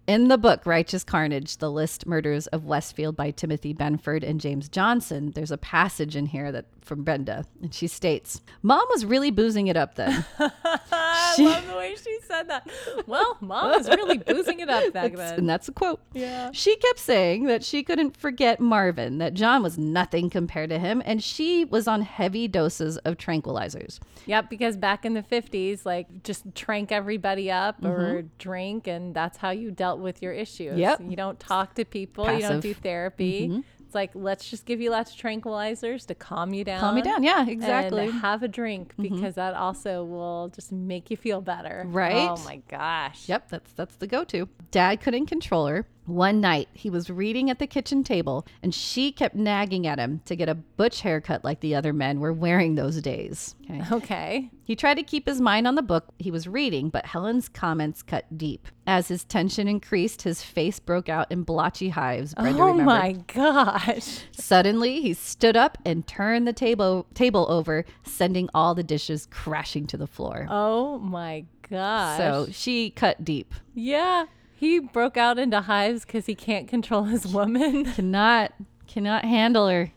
In the book Righteous Carnage, The List Murders of Westfield by Timothy Benford and James Johnson, there's a passage in here that from Brenda, and she states, Mom was really boozing it up then.
I love the way she said that. Well, mom was really boozing it up back
and
then.
that's a quote.
Yeah.
She kept saying that she couldn't forget Marvin, that John was nothing compared to him, and she was on heavy doses of tranquilizers.
Yep, because back in the 50s, like just trank everybody up or drink, and that's how you dealt with your issues.
Mm-hmm. Yep.
You don't talk to people, you don't
Passive. Mm-hmm.
do therapy. It's like, let's just give you lots of tranquilizers to calm you down.
Calm me down. Yeah, exactly. Mm-hmm.
And have a drink because that also will just make you feel better.
Right?
Oh my gosh.
Yep, that's that's the go-to. Dad couldn't control her. One night, he was reading at the kitchen table, and she kept nagging at him to get a butch haircut like the other men were wearing those days. Okay.
Okay.
He tried to keep his mind on the book he was reading, but Helen's comments cut deep. As his tension increased, his face broke out in blotchy hives. Brenda
oh
remembered.
my gosh.
Suddenly, he stood up and turned the table table over, sending all the dishes crashing to the floor.
Oh my gosh.
so she cut deep.
yeah. He broke out into hives because he can't control his woman.
Cannot cannot handle her.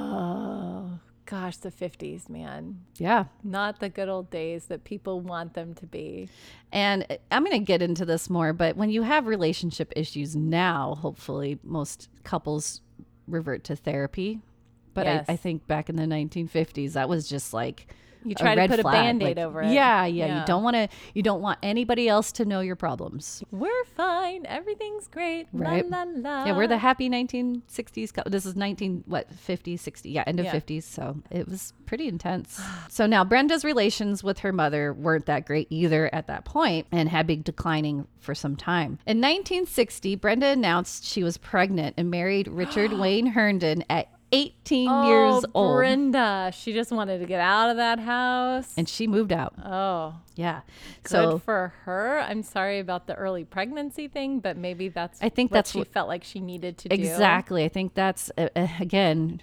Oh gosh, the 50s, man.
Yeah.
Not the good old days that people want them to be.
And I'm going to get into this more, but when you have relationship issues now, hopefully most couples revert to therapy. But
Yes.
I, I think back in the 1950s, that was just like
You try to
red
put a
flag.
Band-Aid
Like,
over it.
Yeah, yeah.
Yeah.
You don't want to. You don't want anybody else to know your problems.
We're fine. Everything's great.
Right.
La, la, la.
yeah, we're the happy 1960s. cou- This is 19 what 50, 60. Yeah, end of
Yeah.
50s. So it was pretty intense. so now Brenda's relations with her mother weren't that great either at that point, and had been declining for some time. In 1960, Brenda announced she was pregnant and married Richard Wayne Herndon at 18 years
oh,
old,
Brenda. She just wanted to get out of that house.
and she moved out.
oh,
Yeah,
good
so.
for her. I'm sorry about the early pregnancy thing, but maybe that's
I think
what
that's
she
what-
felt like she needed to do.
Exactly. I think that's uh, uh, again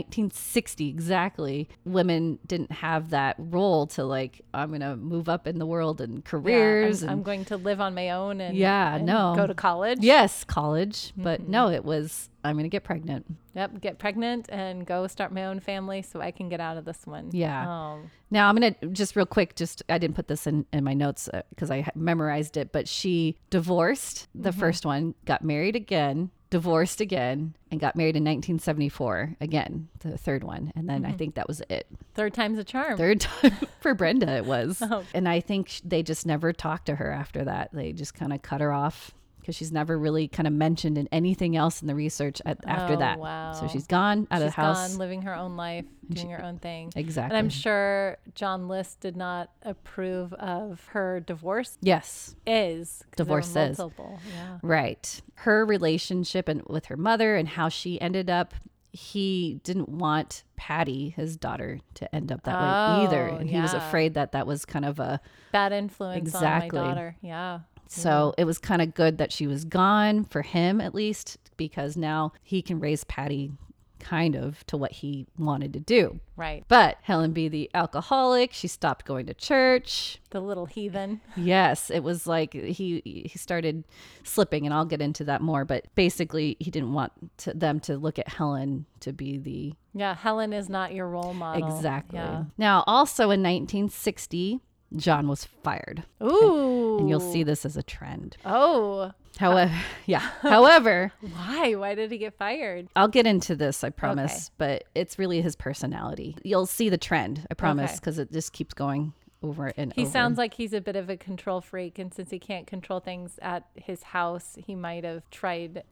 1960 exactly. Women didn't have that role to like I'm going to move up in the world
Yeah,
and
I'm-
careers
I'm,
and
going to live on my own and
Yeah,
and
no.
go to college. Mm-hmm.
yes, college, but no, it was I'm going to get pregnant.
Yep, get pregnant and go start my own family so I can get out of this one.
Yeah.
Um,
Now I'm going to just real quick just I didn't put this in in my notes because I ha- memorized it, but she divorced the
Mm-hmm.
first one, got married again. Divorced again and got married in 1974 again, the third one. And then I
Mm-hmm.
think that was it.
third time's a charm.
third time for Brenda it was.
Oh.
And I think sh- they just never talked to her after that. They just kind of cut her off because she's never really kind of mentioned in anything else in the research at, after
Oh,
that.
wow.
So she's gone out of
She's
the house.
gone, living her own life, doing her own thing. And
Exactly.
I'm sure John List did not approve of her divorce
yes.
is 'cause there were
Divorce is.
multiple. Yeah.
Right. Her relationship and with her mother and how she ended up he didn't want Patty, his daughter, to end up that way either.
Oh,
And he was
yeah.
afraid that that was kind of a
Bad influence
Exactly.
on my daughter. Yeah.
So
Mm-hmm.
it was kind of good that she was gone for him at least, because now he can raise Patty kind of to what he wanted to do.
Right.
But Helen B, the alcoholic, she stopped going to church.
The little heathen.
Yes, it was like he he started slipping, and I'll get into that more. But basically, he didn't want to, them to look at Helen to be the
Yeah. Helen is not your role model.
exactly.
Yeah.
Now, also in 1960, John was fired,
Ooh.
and you'll see this as a trend.
Oh,
However, yeah. However,
why? Why did he get fired?
I'll get into this, I promise, but it's really his personality. You'll see the trend, I promise,
Okay.
because it just keeps going over and
He
over.
sounds like he's a bit of a control freak, and since he can't control things at his house, he might have tried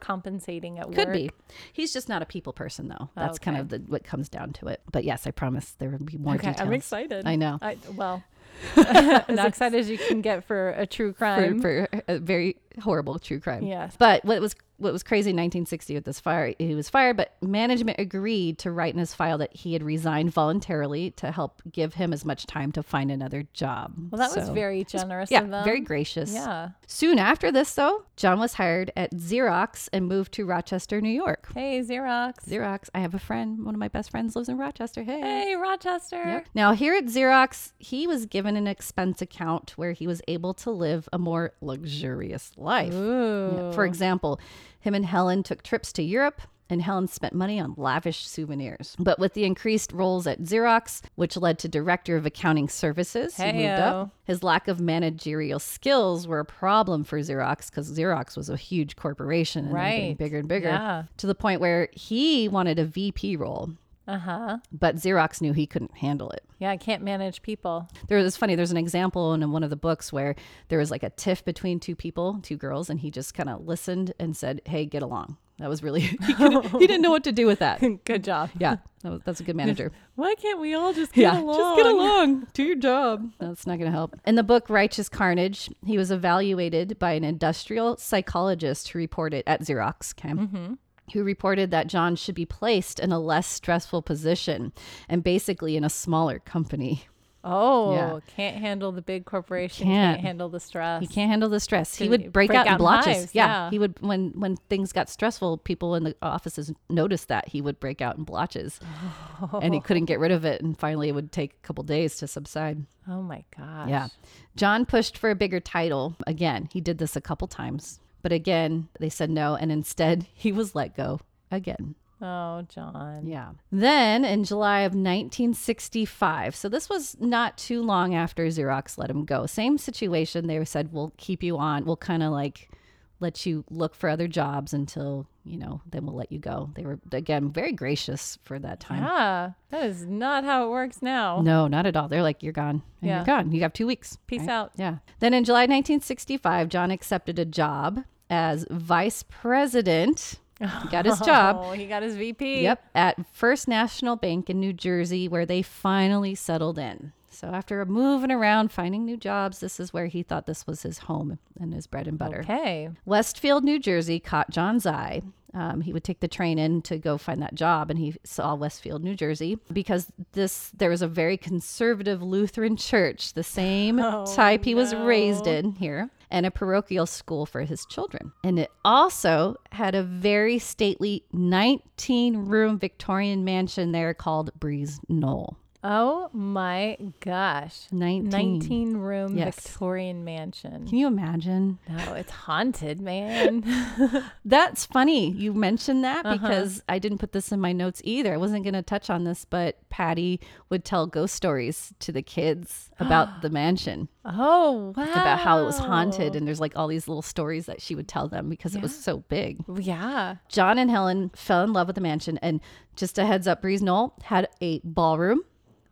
overcompensating at
could
work.
be. He's just not a people person, though. That's kind of the, what comes down to it. But yes, I promise there will be more
Okay,
details.
I'm excited.
I know.
I, well, as excited as you can get for a true crime.
for, for a very horrible true crime.
Yes.
But what was what was crazy in 1960 with this fire, he was fired, but management agreed to write in his file that he had resigned voluntarily to help give him as much time to find another job.
Well, that was
So-
very generous
yeah,
of them.
very gracious.
Yeah.
Soon after this, though, John was hired at Xerox and moved to Rochester, New York.
Hey, Xerox.
Xerox, I have a friend, one of my best friends lives in Rochester. Hey.
Hey, Rochester.
Yep. Now, here at Xerox, he was given an expense account where he was able to live a more luxurious life. Yeah.
Ooh.
For example, him and Helen took trips to Europe. And Helen spent money on lavish souvenirs. But with the increased roles at Xerox, which led to director of accounting services, he moved
Heyo.
up. His lack of managerial skills were a problem for Xerox because Xerox was a huge corporation and they were getting
Right.
bigger and bigger
Yeah.
to the point where he wanted a VP role,
Uh huh.
but Xerox knew he couldn't handle it
Yeah, I can't manage people.
there was funny there's an example in one of the books where there was like a tiff between two people two girls and he just kind of listened and said hey get along that was really he, couldn't- he didn't know what to do with that
Good job.
yeah that was, that's a good manager
Why can't we all just
yeah just get along do your job that's not gonna help in the book righteous carnage he was evaluated by an industrial psychologist who reported at xerox okay Who reported that John should be placed in a less stressful position and basically in a smaller company?
Oh,
Yeah.
can't handle the big corporation.
Can't.
Can't, handle the stress.
He can't handle the stress. He
To
would break,
break
out, in
out in
blotches.
hives,
yeah.
yeah.
he would when when things got stressful. People in the offices noticed that he would break out in blotches, and he couldn't get rid of it. And finally, it would take a couple days to subside.
Oh my gosh.
Yeah, John pushed for a bigger title again. He did this a couple times, but again they said no, and instead he was let go again.
Oh, John.
Yeah. Then in July of 1965, so this was not too long after Xerox let him go. Same situation. They said, we'll keep you on. We'll kind of like let you look for other jobs until, you know, then we'll let you go. They were, again, very gracious for that time.
Yeah. That is not how it works now.
No, not at all. They're like, you're gone. And
Yeah.
You're gone. You have two weeks.
Peace
right?
out.
Yeah. Then in July 1965, John accepted a job as vice president. He got his job.
Oh, he got his VP.
Yep, at First National Bank in New Jersey, where they finally settled in. So after moving around, finding new jobs, this is where he thought this was his home and his bread and butter.
Okay.
Westfield, New Jersey, caught John's eye. Um, he would take the train in to go find that job, and he saw Westfield, New Jersey, because this there was a very conservative Lutheran church, the same type he was raised in here, and a parochial school for his children. And it also had a very stately 19-room Victorian mansion there called Breeze Knoll.
Oh my gosh.
19.
19 room
Yes.
Victorian mansion.
Can you imagine?
No, it's haunted, man.
That's funny you mentioned that because I didn't put this in my notes either. I wasn't going to touch on this, but Patty would tell ghost stories to the kids about the mansion,
Oh, wow.
about how it was haunted. And there's like all these little stories that she would tell them because it was so big.
Yeah.
John and Helen fell in love with the mansion. And just a heads up, Breeze Knoll had a ballroom,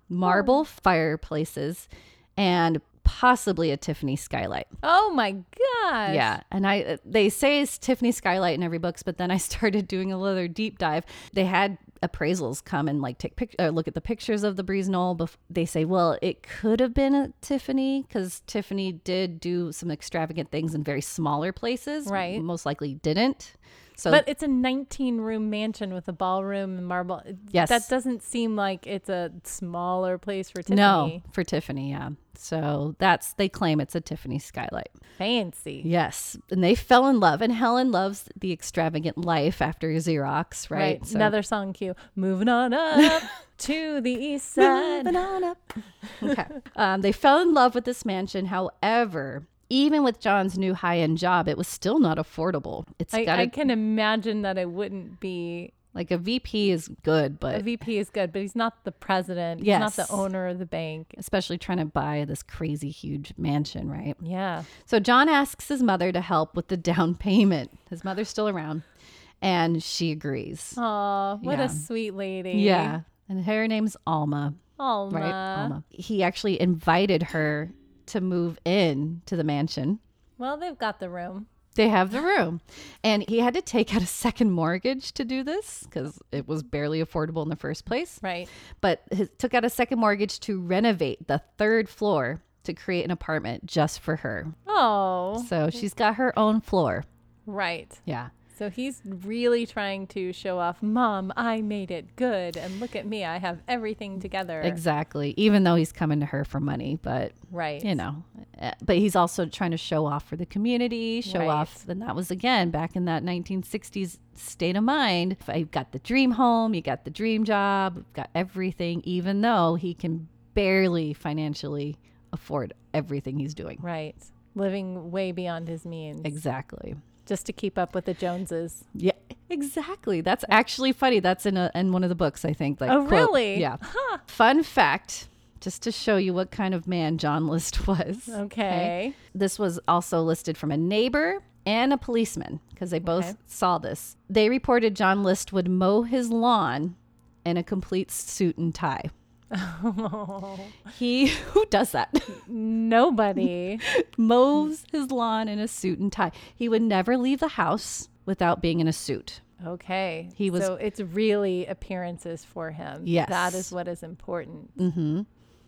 marble fireplaces, and possibly a Tiffany skylight.
Oh my gosh.
Yeah, and I uh, they say it's Tiffany Skylight in every books, but then I started doing a little deep dive. They had appraisals come and like take pic- or look at the pictures of the Breeze Knoll. Bef- they say, well, it could have been a Tiffany because Tiffany did do some extravagant things in very smaller places.
Right.
most likely didn't. So
But it's a 19 room mansion with a ballroom and marble.
Yes.
That doesn't seem like it's a smaller place for Tiffany.
no, for Tiffany, yeah. So that's they claim it's a Tiffany Skylight.
Fancy.
Yes, and they fell in love, and Helen loves the extravagant life after Xerox, right?
Right.
So-
Another song cue. Moving on up to the east side.
Moving on up. okay. Um, they fell in love with this mansion. However, even with John's new high end job, it was still not affordable. It's
I,
got
I
to
can imagine that it wouldn't be.
like a VP is good, but
A VP is good, but he's not the president. He's not
Yes.
the owner of the bank.
especially trying to buy this crazy huge mansion, right?
Yeah.
So John asks his mother to help with the down payment. His mother's still around, and she agrees.
Aw, what
Yeah.
a sweet lady.
Yeah. And her name's Alma.
Alma.
right? Alma. He actually invited her to move in to the mansion.
Well, they've got the room.
They have the room. And he had to take out a second mortgage to do this because it was barely affordable in the first place.
Right.
But he took out a second mortgage to renovate the third floor to create an apartment just for her.
Oh,
So she's got her own floor.
right.
Yeah.
So he's really trying to show off, Mom, I made it good. And look at me, I have everything together.
Exactly. Even though he's coming to her for money, but
Right.
you know, eh, but he's also trying to show off for the community, show
Right.
off. And that was again back in that 1960s state of mind. I got the dream home, you got the dream job, got everything, even though he can barely financially afford everything he's doing.
Right. Living way beyond his means
Exactly.
just to keep up with the Joneses.
Yeah, exactly. That's actually funny. That's in a in one of the books, I think. Like,
Oh,
quote.
really?
Yeah. Fun fact, just to show you what kind of man John List was.
Okay.
This was also listed from a neighbor and a policeman because they both
Okay.
saw this. They reported John List would mow his lawn in a complete suit and tie. He who does that?
Nobody.
Mows his lawn in a suit and tie. He would never leave the house without being in a suit.
Okay.
He was-
So it's really appearances for him.
Yes.
That is what is important. Mm-hmm.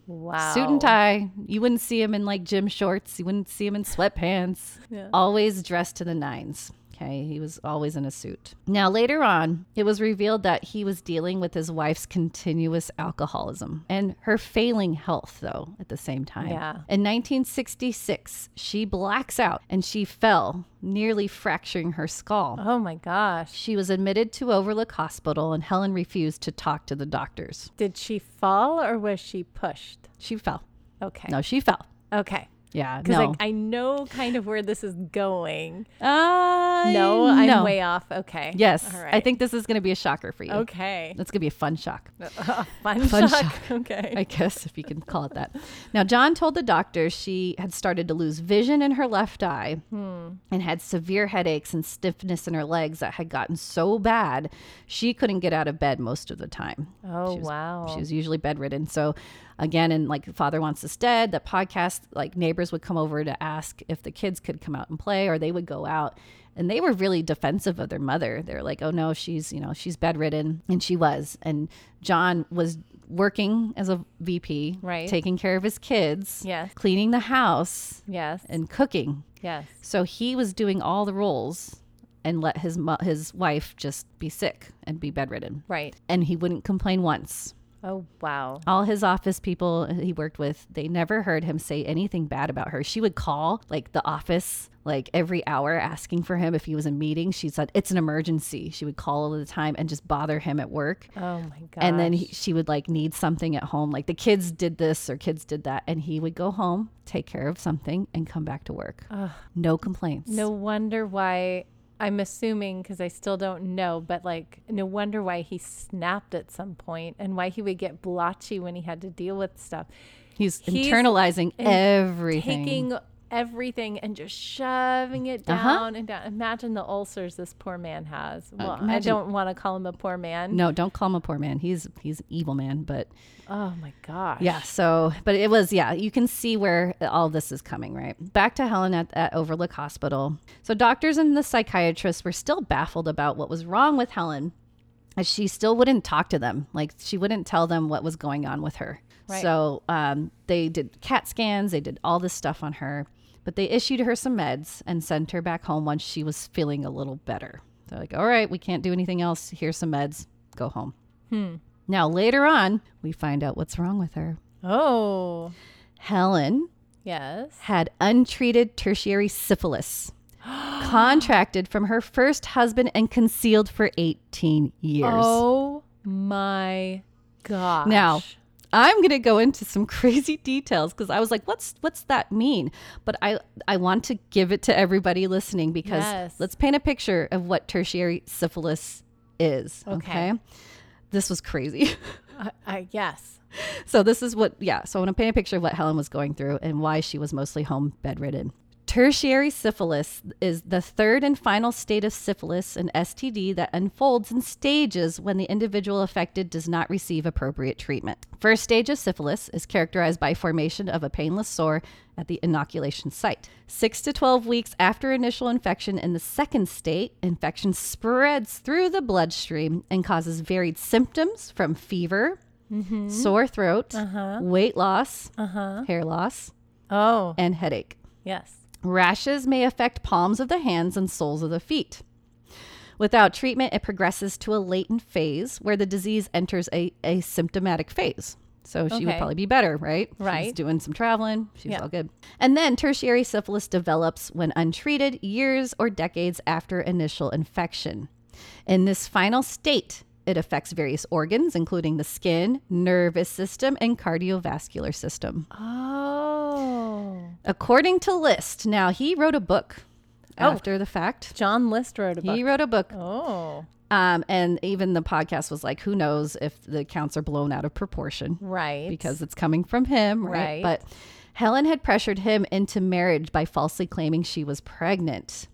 Wow.
suit and tie. You wouldn't see him in like gym shorts. You wouldn't see him in sweatpants.
Yeah.
Always dressed to the nines. Okay, he was always in a suit. Now, later on, it was revealed that he was dealing with his wife's continuous alcoholism and her failing health, though, at the same time.
Yeah.
In 1966, she blacks out and she fell, nearly fracturing her skull.
Oh my gosh.
She was admitted to Overlook Hospital, and Helen refused to talk to the doctors.
Did she fall or was she pushed?
She fell.
Okay.
No, she fell.
Okay.
Yeah,
Because
no.
I, I know kind of where this is going.
Uh,
No, I'm way off. Okay.
Yes,
All
I
right.
think this is going to be a shocker for you.
Okay.
That's going to be a fun shock,
Fun,
Fun
shock.
shock.
Okay.
I guess, if you can call it that. Now, John told the doctor she had started to lose vision in her left eye
Hmm.
and had severe headaches and stiffness in her legs that had gotten so bad she couldn't get out of bed most of the time.
oh
She was-
wow.
She was usually bedridden. So, again, in like Father Wants Us Dead, the podcast, like neighbors would come over to ask if the kids could come out and play, or they would go out. And they were really defensive of their mother. They're like, oh no, she's, you know, she's bedridden. And she was. And John was working as a VP,
Right.
Taking care of his kids,
Yes.
cleaning the house,
yes.
and cooking.
yes.
So he was doing all the roles and let his, mo- his wife just be sick and be bedridden.
Right.
And he wouldn't complain once.
Oh wow.
All his office people he worked with, they never heard him say anything bad about her. She would call like the office like every hour asking for him if he was in meetings. She said it's an emergency. She would call all the time and just bother him at work.
Oh my gosh.
And then he, she would like need something at home, like the kids did this or kids did that, and he would go home, take care of something, and come back to work. no complaints.
No wonder why I'm assuming because I still don't know, but like, no wonder why he snapped at some point and why he would get blotchy when he had to deal with stuff.
he's,
he's
internalizing everything.
Taking everything and just shoving it down
Uh-huh. Uh,
and down. Imagine the ulcers this poor man has. Well, I
imagine-
don't want to call him a poor man.
no, don't call him a poor man. He's he's an evil man, but
Oh my gosh.
Yeah. So, but it was, yeah, you can see where all this is coming, right? Back to Helen at, at Overlook Hospital. So, doctors and the psychiatrists were still baffled about what was wrong with Helen, as she still wouldn't talk to them. Like, she wouldn't tell them what was going on with her.
Right.
So, um, they did CAT scans, they did all this stuff on her, but they issued her some meds and sent her back home once she was feeling a little better. They're like, all right, we can't do anything else. Here's some meds, go home. Now, later on, we find out what's wrong with her.
Oh,
Helen
yes.
had untreated tertiary syphilis, contracted from her first husband and concealed for 18 years.
Oh my gosh.
Now, I'm going to go into some crazy details because I was like, what's what's that mean? But I I want to give it to everybody listening because
Yes.
let's paint a picture of what tertiary syphilis is,
Okay.
okay? This was crazy.
I, I, yes.
So this is what, yeah. So I want to paint a picture of what Helen was going through and why she was mostly home bedridden. Tertiary syphilis is the third and final state of syphilis, an STD that unfolds in stages when the individual affected does not receive appropriate treatment. First stage of syphilis is characterized by formation of a painless sore at the inoculation site. Six to 12 weeks after initial infection in the second state, infection spreads through the bloodstream and causes varied symptoms from fever, sore throat, weight loss, hair loss,
Oh,
and headache.
yes.
Rashes may affect palms of the hands and soles of the feet. Without treatment, it progresses to a latent phase where the disease enters a asymptomatic phase. So she would
Okay.
probably be better, right? She's
Right.
doing some traveling. She's
Yeah.
all good. And then tertiary syphilis develops when untreated years or decades after initial infection. In this final state, it affects various organs, including the skin, nervous system, and cardiovascular system.
Oh.
According to List, now he wrote a book after the fact.
John List Oh. wrote about.
He wrote a book.
Oh.
Um, and even the podcast was like, who knows if the counts are blown out of proportion
Right.
because it's coming from him, right?
Right.
But Helen had pressured him into marriage by falsely claiming she was pregnant,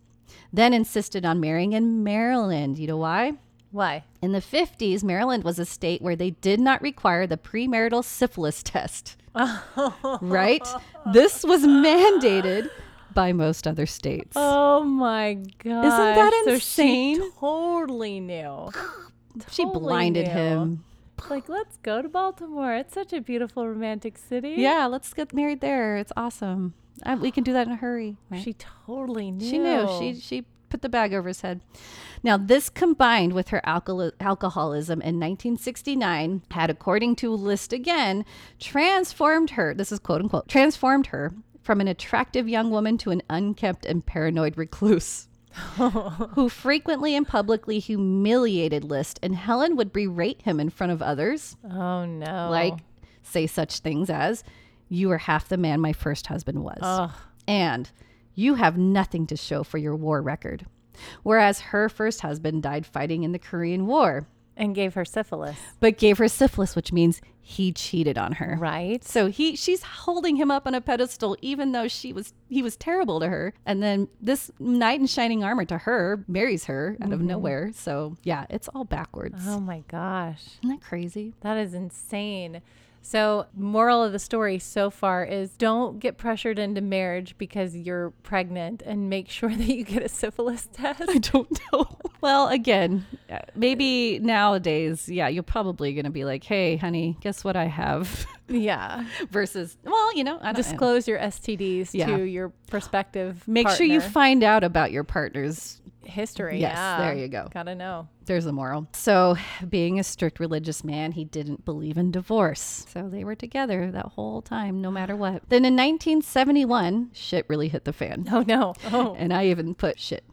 then insisted on marrying in Maryland. You know why?
why?
In the 50s, Maryland was a state where they did not require the premarital syphilis test. right? This was mandated by most other states.
Oh my god.
that
So
insane?
she totally knew.
she
totally
blinded
knew.
him.
like, let's go to Baltimore. It's such a beautiful romantic city.
Yeah, let's get married there. It's awesome. Uh, we can do that in a hurry. right?
She totally knew.
She knew. She she put the bag over his head. Now, this combined with her alcohol- alcoholism in 1969 had, according to List again, transformed her. This is quote unquote transformed her from an attractive young woman to an unkempt and paranoid recluse. who frequently and publicly humiliated List, and Helen would berate him in front of others,
Oh no.
like say such things as, You are half the man my first husband was
Ugh.
and you have nothing to show for your war record. Whereas her first husband died fighting in the Korean War,
and gave her syphilis.
but gave her syphilis, which means he cheated on her.
Right.
So he she's holding him up on a pedestal even though she was he was terrible to her. And then this knight in shining armor to her marries her out
Mm-hmm.
of nowhere. So yeah, it's all backwards.
Oh my gosh.
Isn't that crazy?
That is insane. So, moral of the story so far is don't get pressured into marriage because you're pregnant and make sure that you get a syphilis test.
I don't know. Well, again, uh, maybe nowadays, yeah, you're probably going to be like, "Hey, honey, guess what I have?"
yeah.
versus well you know I don't know.
Disclose your STDs
Yeah.
to your prospective
make sure you
partner.
find out about your partner's
history.
yes
yeah.
there you go
Gotta know.
there's a moral so being a strict religious man he didn't believe in divorce so they were together that whole time no matter what then in 1971 shit really hit the fan
Oh no. Oh,
and i even put shit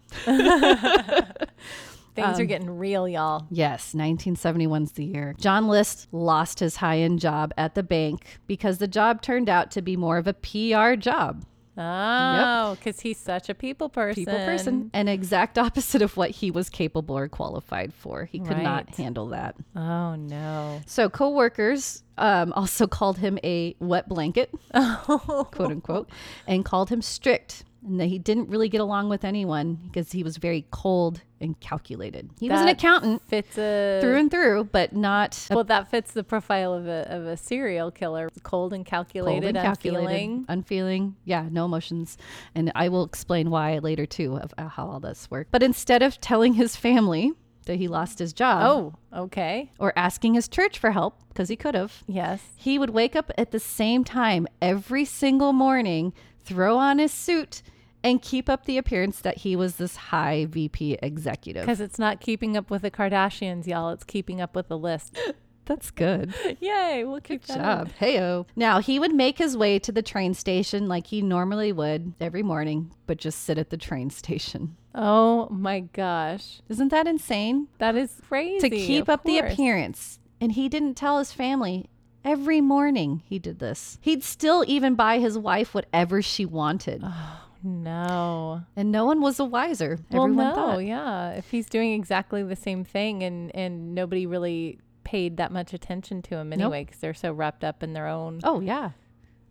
things
um,
are getting real, y'all.
Yes, 1971's the year. John List lost his high end job at the bank because the job turned out to be more of a PR job.
Oh, because he's such a people person.
people person and exact opposite of what he was capable or qualified for he could not
Right.
handle that
Oh no.
so coworkers um, also called him a wet blanket
Oh.
quote unquote and called him strict and that he didn't really get along with anyone because he was very cold and calculated he was an
That
accountant
Fits a
through and through but not
well, that fits the profile of a of a serial killer. Cold and
cold
calculated,
and calculated
unfeeling.
unfeeling yeah no emotions and i will explain why later too of uh, how all this worked but instead of telling his family that he lost his job
Oh, okay.
or asking his church for help because he could have.
Yes.
He would wake up at the same time every single morning, throw on his suit, and keep up the appearance that he was this high VP executive.
Because it's not keeping up with the Kardashians, y'all. It's keeping up with the list.
That's good.
Yay, we'll keep that up.
Job. Heyo. Now he would make his way to the train station like he normally would every morning, but just sit at the train station.
Oh my gosh.
Isn't that insane?
That is crazy.
To keep
of
up the
course.
appearance. And he didn't tell his family. Every morning he did this. He'd still even buy his wife whatever she wanted.
No.
And no one was the wiser.
well,
Everyone
no,
thought.
yeah. If he's doing exactly the same thing and, and nobody really paid that much attention to him anyway because they're so wrapped up in their own.
Oh, yeah.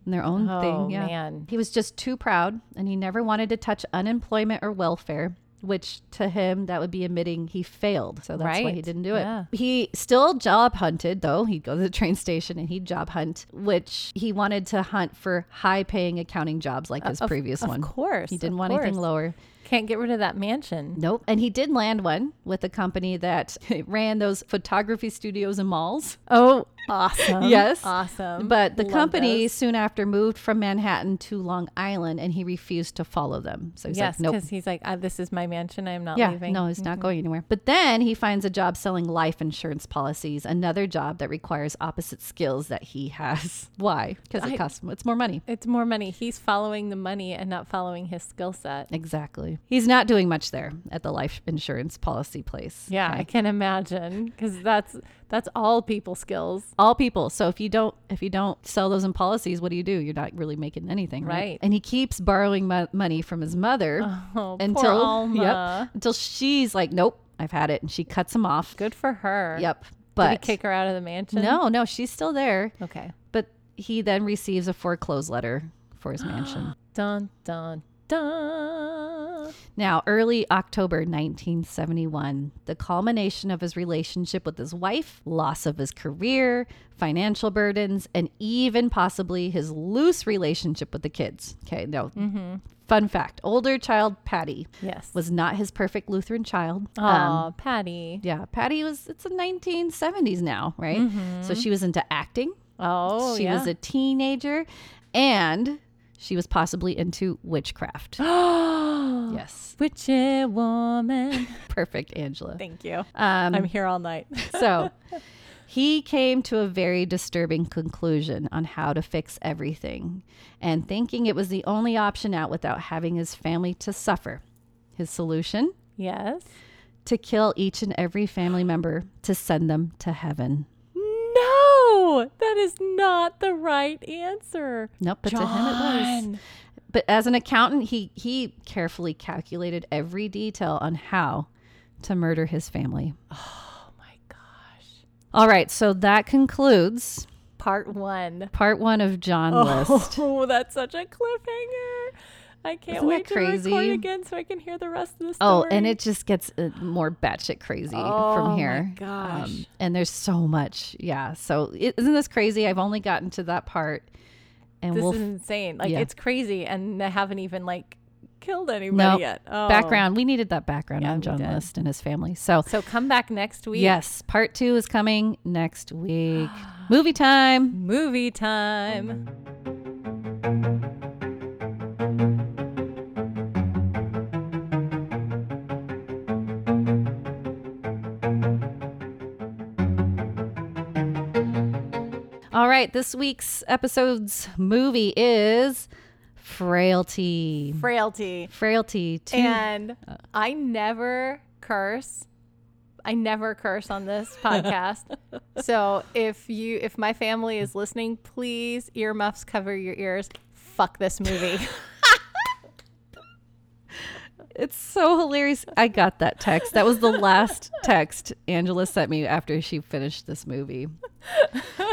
In their own
Oh,
thing. Yeah.
man.
He was just too proud and he never wanted to touch unemployment or welfare, which to him, that would be admitting he failed. So that's why he
Right.
didn't do it.
Yeah.
He still job hunted, though. He'd go to the train station and he'd job hunt, which he wanted to hunt for high paying accounting jobs like his previous
Uh, of
one.
course.
He didn't
of
want anything
course.
lower.
Can't get rid of that mansion.
Nope. And he did land one with a company that ran those photography studios and malls.
Oh, awesome.
Yes.
Awesome.
But the
Love
company
those.
soon after moved from Manhattan to Long Island and he refused to follow them. So he's
Yes,
like,
because
nope.
he's like, ah, this is my mansion. I'm not
Yeah,
leaving. Mm-hmm.
no, he's not going anywhere. But then he finds a job selling life insurance policies, another job that requires opposite skills that he has. Why? Because
I-
it costs it's more money.
It's more money. He's following the money and not following his skill set.
Exactly. He's not doing much there at the life insurance policy place.
Yeah, I can imagine because that's that's all people skills.
all people. So if you don't if you don't sell those in policies, what do you do? You're not really making anything, right?
Right.
And he keeps borrowing mo- money from his mother
Oh,
until
poor
yep
Alma.
until she's like, nope, I've had it, and she cuts him off.
Uh-huh. Good for her.
Yep.
Did he
But
kick her out of the mansion?
no, no, she's still there.
Okay.
But he then receives a foreclosed letter for his mansion.
Dun dun dun.
Now, early October 1971, the culmination of his relationship with his wife, loss of his career, financial burdens, and even possibly his loose relationship with the kids. Okay, no.
Mm-hmm.
Fun fact older child Patty
Yes.
was not his perfect Lutheran child.
Aw, Patty.
yeah, Patty was, it's the 1970s now, right? So she was into acting.
Mm-hmm. Oh,
she
yeah.
was a teenager and she was possibly into witchcraft. yes.
witchy woman.
Perfect, Angela.
Thank you.
Um,
I'm here all night.
so he came to a very disturbing conclusion on how to fix everything and thinking it was the only option out without having his family to suffer. His solution?
yes.
To kill each and every family member to send them to heaven.
No, that is not the right answer.
Nope, but to him it was.
John.
But as an accountant, he, he carefully calculated every detail on how to murder his family.
Oh my gosh.
All right, so that concludes
Part one.
part one of John List.
Oh, that's such a cliffhanger. I can't
Isn't that
wait to record
crazy?
again so I can hear the rest of the story.
Oh, and it just gets uh, more batshit crazy
Oh, my
from here. Um,
gosh.
and there's so much. Yeah. So is isn't this crazy? I've only gotten to that part, and
This
we'll
is insane. Like
yeah.
it's crazy, and they haven't even like killed anybody
no
yet. Oh.
background. We needed that background
Yeah,
on
we
John
did.
List and his family. So,
So come back next week.
yes, part two is coming next week. Movie time.
Movie time.
All right, this week's episode's movie is Frailty.
Frailty.
Frailty. Two.
And I never curse. I never curse on this podcast. so if you if my family is listening, please earmuffs cover your ears. Fuck this movie.
It's so hilarious. I got that text. That was the last text Angela sent me after she finished this movie.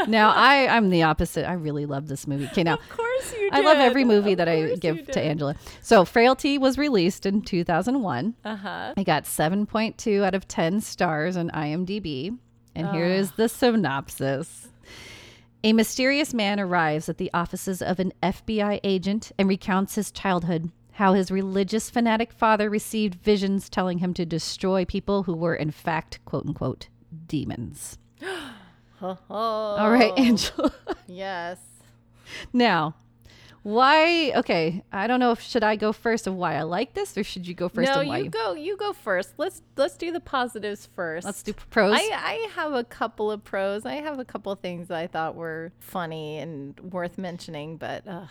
Now I, I'm the opposite. I really love this movie. Okay, now
of course you
I love
did.
every movie
Of
that I
course you
give to
did.
Angela. So Frailty was released in 2001.
Uh-huh.
I got 7.2 out of 10 stars on IMDb. And here
Ah.
is the synopsis. A mysterious man arrives at the offices of an FBI agent and recounts his childhood, how his religious fanatic father received visions telling him to destroy people who were, in fact, quote unquote, demons.
Oh,
All right, Angela.
Yes.
now, why? Okay, I don't know if should I go first of why I like this, or should you go first
no,
of why
you go. You go first. Let's let's do the positives first.
Let's do pros.
I, I have a couple of pros. I have a couple of things that I thought were funny and worth mentioning, but ugh.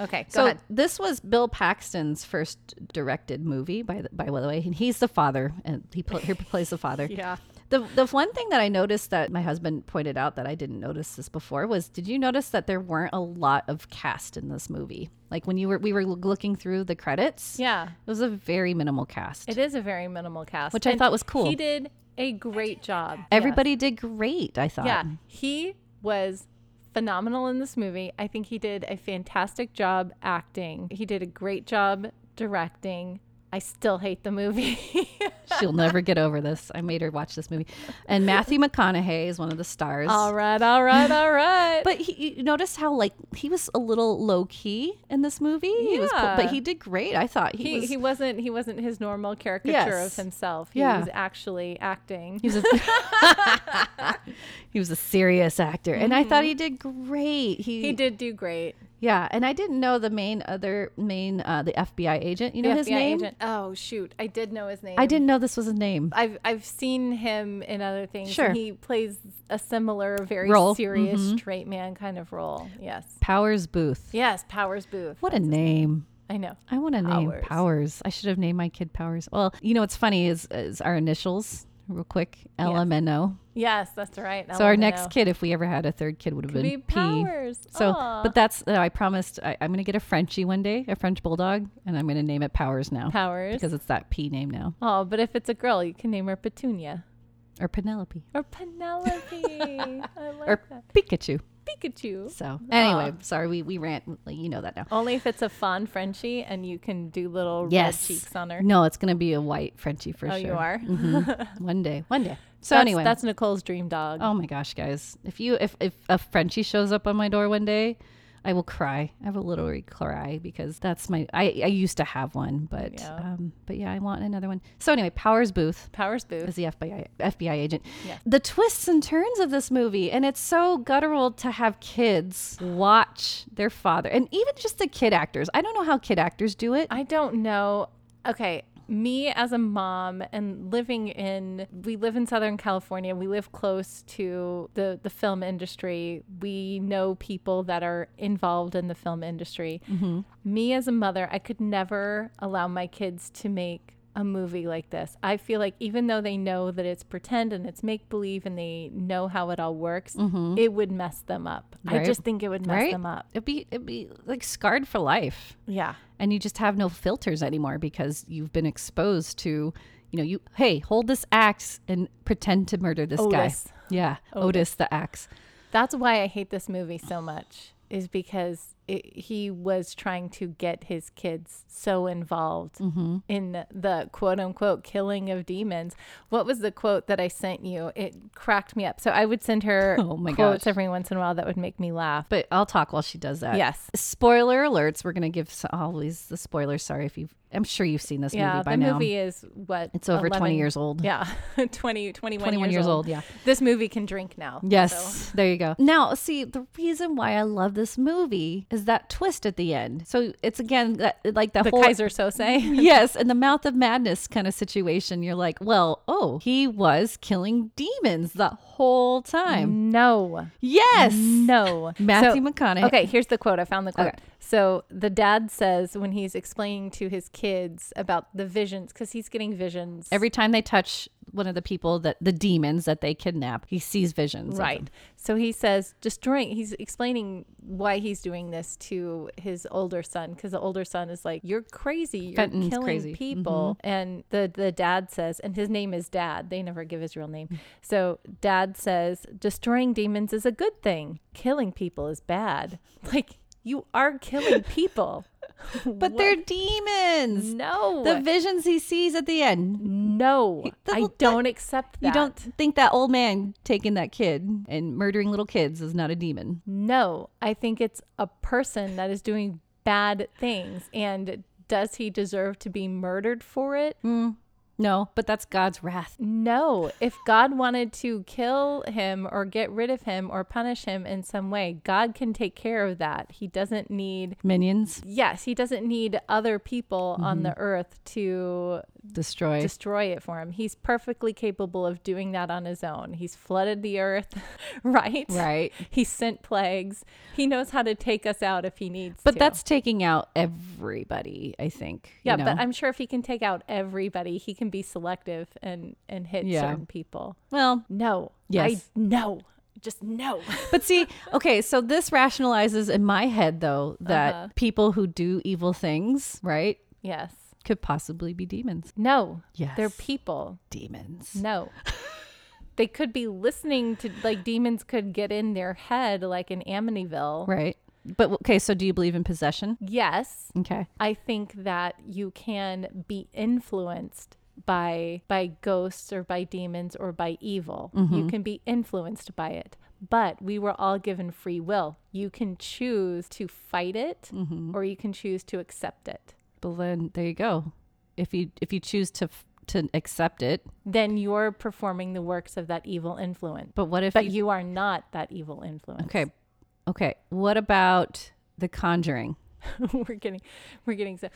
okay, go
So
ahead.
this was Bill Paxton's first directed movie, by the, by the way, and he's the father, and he, pl- he plays the father.
Yeah.
The the one thing that I noticed that my husband pointed out that I didn't notice this before was, did you notice that there weren't a lot of cast in this movie? Like when you were we were l- looking through the credits,
Yeah.
it was a very minimal cast.
It is a very minimal cast,
Which I thought was cool.
He did a great job.
Everybody did great, I thought.
Yeah. yeah. He was phenomenal in this movie. I think he did a fantastic job acting. He did a great job directing. I still hate the movie.
She'll never get over this. I made her watch this movie. And Matthew McConaughey is one of the stars.
all right, all right, all right.
But he, you notice how like he was a little low key in this movie. He was, cool,
Yeah.
but he did great. I thought he,
he,
was.
he wasn't he wasn't his normal caricature
Yes.
of himself. He
Yeah.
was actually acting.
He was a, he was a serious actor, and I thought he did great. He,
Mm-hmm. He did do great.
yeah, and I didn't know the main other main uh, the FBI agent. You know
The
his
FBI
name.
agent- Oh shoot, I did know his name.
I didn't know this was his name.
I've I've seen him in other things. and
Sure.
he plays a similar, very
Role. Mm-hmm.
serious straight man kind of role. Yes,
Powers Booth.
yes. Powers Booth.
What a name.
I know.
I want to name
Powers.
Powers. I should have named my kid Powers. Well, you know what's funny is, is our initials, real quick, LMNO.
Yes, that's right.
So our next kid, if we ever had a third kid, would have
be
been P.
Powers.
So,
Aw.
but that's uh, I promised I, I'm going to get a Frenchie one day, a French bulldog, and I'm going to name it Powers now
Powers.
because it's that P name now
Oh, but if it's a girl, you can name her Petunia
or Penelope
or Penelope. I like
or
that.
Pikachu.
Pikachu.
So anyway, sorry we we rant. You know that now.
Only if it's a fond Frenchie and you can do little
Yes.
red cheeks on her.
No, it's going to be a white Frenchie for
oh,
sure.
you are.
One day, one day. So
that's,
anyway,
that's Nicole's dream dog.
Oh my gosh, guys! If you if if a Frenchie shows up on my door one day, I will cry. I will literally cry because that's my. I I used to have one, but
Yeah.
um, but yeah, I want another one. So anyway, Powers Booth
Powers
is
Booth.
the FBI FBI agent.
Yes.
The twists and turns of this movie, and it's so guttural to have kids watch their father, and even just the kid actors. I don't know how kid actors do it.
I don't know. Okay. Me as a mom and living in, we live in Southern California. We live close to the, the film industry. We know people that are involved in the film industry.
Mm-hmm.
Me as a mother, I could never allow my kids to make a movie like this. I feel like even though they know that it's pretend and it's make believe and they know how it all works, it would mess them up. I
Mm-hmm. Right.
just think it would mess
right?
them up.
It'd be it'd be like scarred for life.
Yeah.
and you just have no filters anymore because you've been exposed to you know you hey hold this axe and pretend to murder this
Otis.
guy yeah otis. the axe
That's why I hate this movie so much, is because it, he was trying to get his kids so involved
Mm-hmm.
in the quote unquote killing of demons. What was the quote that I sent you? It cracked me up. So I would send her
Oh my
quotes
gosh.
every once in a while that would make me laugh.
but i'll talk while she does that
Yes.
spoiler alerts we're gonna give s- always the spoilers sorry if you've i'm sure you've seen this
Yeah,
movie by
the
now
movie is what?
it's over 20
11
years old
Yeah, 20, 21,
21
years,
years
old.
old, yeah.
This movie can drink now. so.
Yes, there you go. Now, see, the reason why I love this movie is that twist at the end. So it's again that, like that
The
whole
Kaiser Sose.
yes, in the mouth of madness kind of situation, you're like, well, oh, he was killing demons the whole time.
No.
Yes.
No.
Matthew
So-
McConaughey.
Okay, here's the quote. I found the quote.
Okay.
So the dad says when he's explaining to his kids about the visions, because he's getting visions.
Every time they touch one of the people that the demons that they kidnap, he sees visions. of
right.
them.
So he says, destroying, he's explaining why he's doing this to his older son, because the older son is like, you're crazy. You're
Fenton's
killing
crazy. Mm-hmm.
people. And the, the dad says, and his name is Dad. They never give his real name. So dad says, destroying demons is a good thing, killing people is bad. Like, you are killing people.
But they're demons.
No.
The visions he sees at the end.
no.
the-
I
the-
don't accept that.
You don't think that old man taking that kid and murdering little kids is not a demon.
No. I think it's a person that is doing bad things. And does he deserve to be murdered for it?
No, but that's God's wrath.
No. If God wanted to kill him or get rid of him or punish him in some way, God can take care of that. He doesn't need.
Minions
Yes, he doesn't need other people on the earth to
destroy.
destroy it for him. He's perfectly capable of doing that on his own. He's flooded the earth, right?
right.
He sent plagues. He knows how to take us out if he needs
But
to.
that's taking out everybody, I think. you
yeah,
know?
but I'm sure if he can take out everybody, he can be selective and and hit
Yeah.
certain people.
well,
No.
Yes.
I no. Just no.
But see, okay, so this rationalizes in my head though that
Uh-huh.
people who do evil things, right,
yes.
could possibly be demons.
No.
Yes.
They're people.
Demons.
No. they could be listening to like demons could get in their head like in Amityville
Right. But okay, so do you believe in possession?
Yes,
Okay.
I think that you can be influenced by by ghosts or by demons or by evil. You can be influenced by it. But we were all given free will. You can choose to fight it
Mm-hmm.
or you can choose to accept it.
Well, then there you go. If you if you choose to f- to accept it,
Then you're performing the works of that evil influence.
but what if
But
you,
you are not that evil influence.
okay, okay? What about the Conjuring?
we're getting we're getting so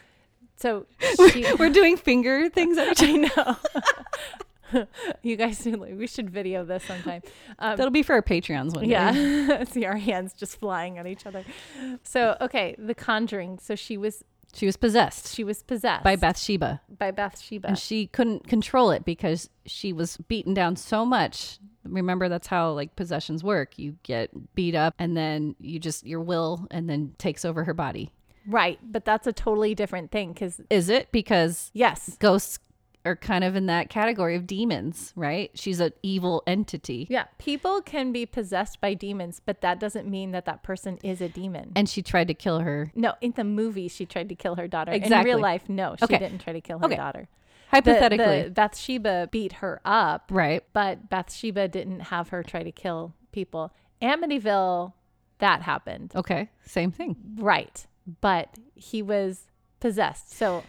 so she,
We're doing finger things. At each-
I know. you guys should like we should video this sometime. Um,
That'll be for our Patreons one day.
yeah. See our hands just flying at each other. So okay, the conjuring. So she was
She was possessed
she was possessed
by Bathsheba,
by Bathsheba.
and she couldn't control it because she was beaten down so much. Remember, that's how like possessions work. You get beat up, and then you just your will, and then takes over her body.
right. But that's a totally different thing because
Is it because
yes.
ghosts are kind of in that category of demons, right? She's an evil entity.
Yeah, people can be possessed by demons, but that doesn't mean that that person is a demon.
And she tried to kill her.
no, in the movie, she tried to kill her daughter. In
Exactly.
real life, no, she
Okay.
didn't try to kill her
Okay.
daughter. The-
Hypothetically,
the Bathsheba beat her up,
right?
but Bathsheba didn't have her try to kill people. Amityville, that happened.
Okay, same thing.
Right. But he was possessed. So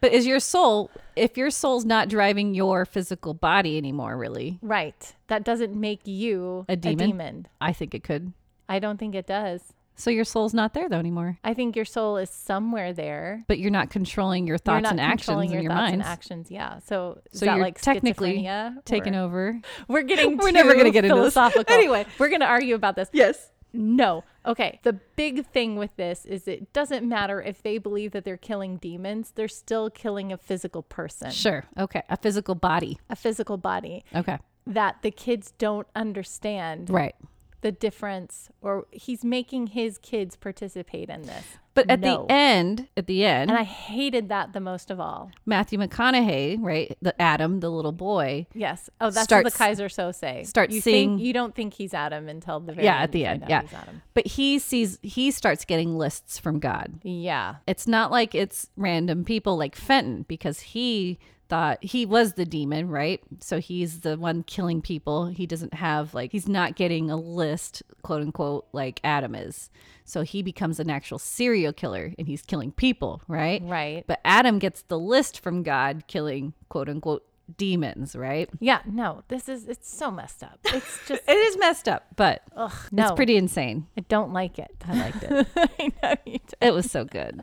But is your soul, if your soul's not driving your physical body anymore, really?
right. That doesn't make you
A demon? I think it could.
I don't think it does.
So your soul's not there though anymore.
I think your soul is somewhere there.
But you're not controlling your
You're
thoughts
not
and actions
controlling
and your
thoughts
mind.
and actions. Yeah. So is
So
that
you're
like
technically
schizophrenia
Taking
or-
over.
We're getting
We're never
going to
gonna get into this.
philosophical.
Anyway.
we're going to argue about this.
Yes.
No. Okay. The big thing with this is it doesn't matter if they believe that they're killing demons, they're still killing a physical person,
Sure. Okay. A physical body.
a physical body
Okay.
that the kids don't understand
Right.
the difference or he's making his kids participate in this.
But at
No.
the end, at the end,
And I hated that the most of all.
Matthew McConaughey, right? The Adam, the little boy,
Yes. Oh, that's what
Starts-
the Kaiser so say.
start
you
seeing-
Think, you don't think he's Adam until the very
yeah
end
at the
you
end
find out
yeah
he's Adam.
but he sees he starts getting lists from god
Yeah.
it's not like it's random people like fenton because he thought he was the demon right so he's the one killing people he doesn't have like he's not getting a list quote unquote like adam is so he becomes an actual serial killer and he's killing people right
Right.
but adam gets the list from god killing quote unquote demons right
Yeah. No, this is, it's so messed up. It's just,
it is messed up but
ugh, no.
it's pretty insane
I don't like it.
i liked it
I know you do.
It was so good.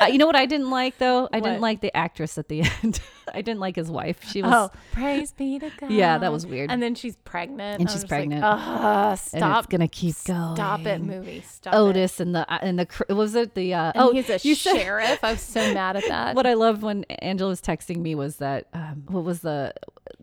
Uh, you know what I didn't like though? I
What?
didn't like the actress at the end. I didn't like his wife. She was
Oh, praise be to God.
Yeah, that was weird.
And then she's pregnant.
And
I
she's
was just like,
pregnant.
Ugh,
and
stop.
it's gonna keep going.
Stop it, movie. Stop it.
Otis and the uh, and the cr- was it the uh,
And
oh
he's a
you said
sheriff. I was so mad at that.
what I loved when Angela was texting me was that um, what was the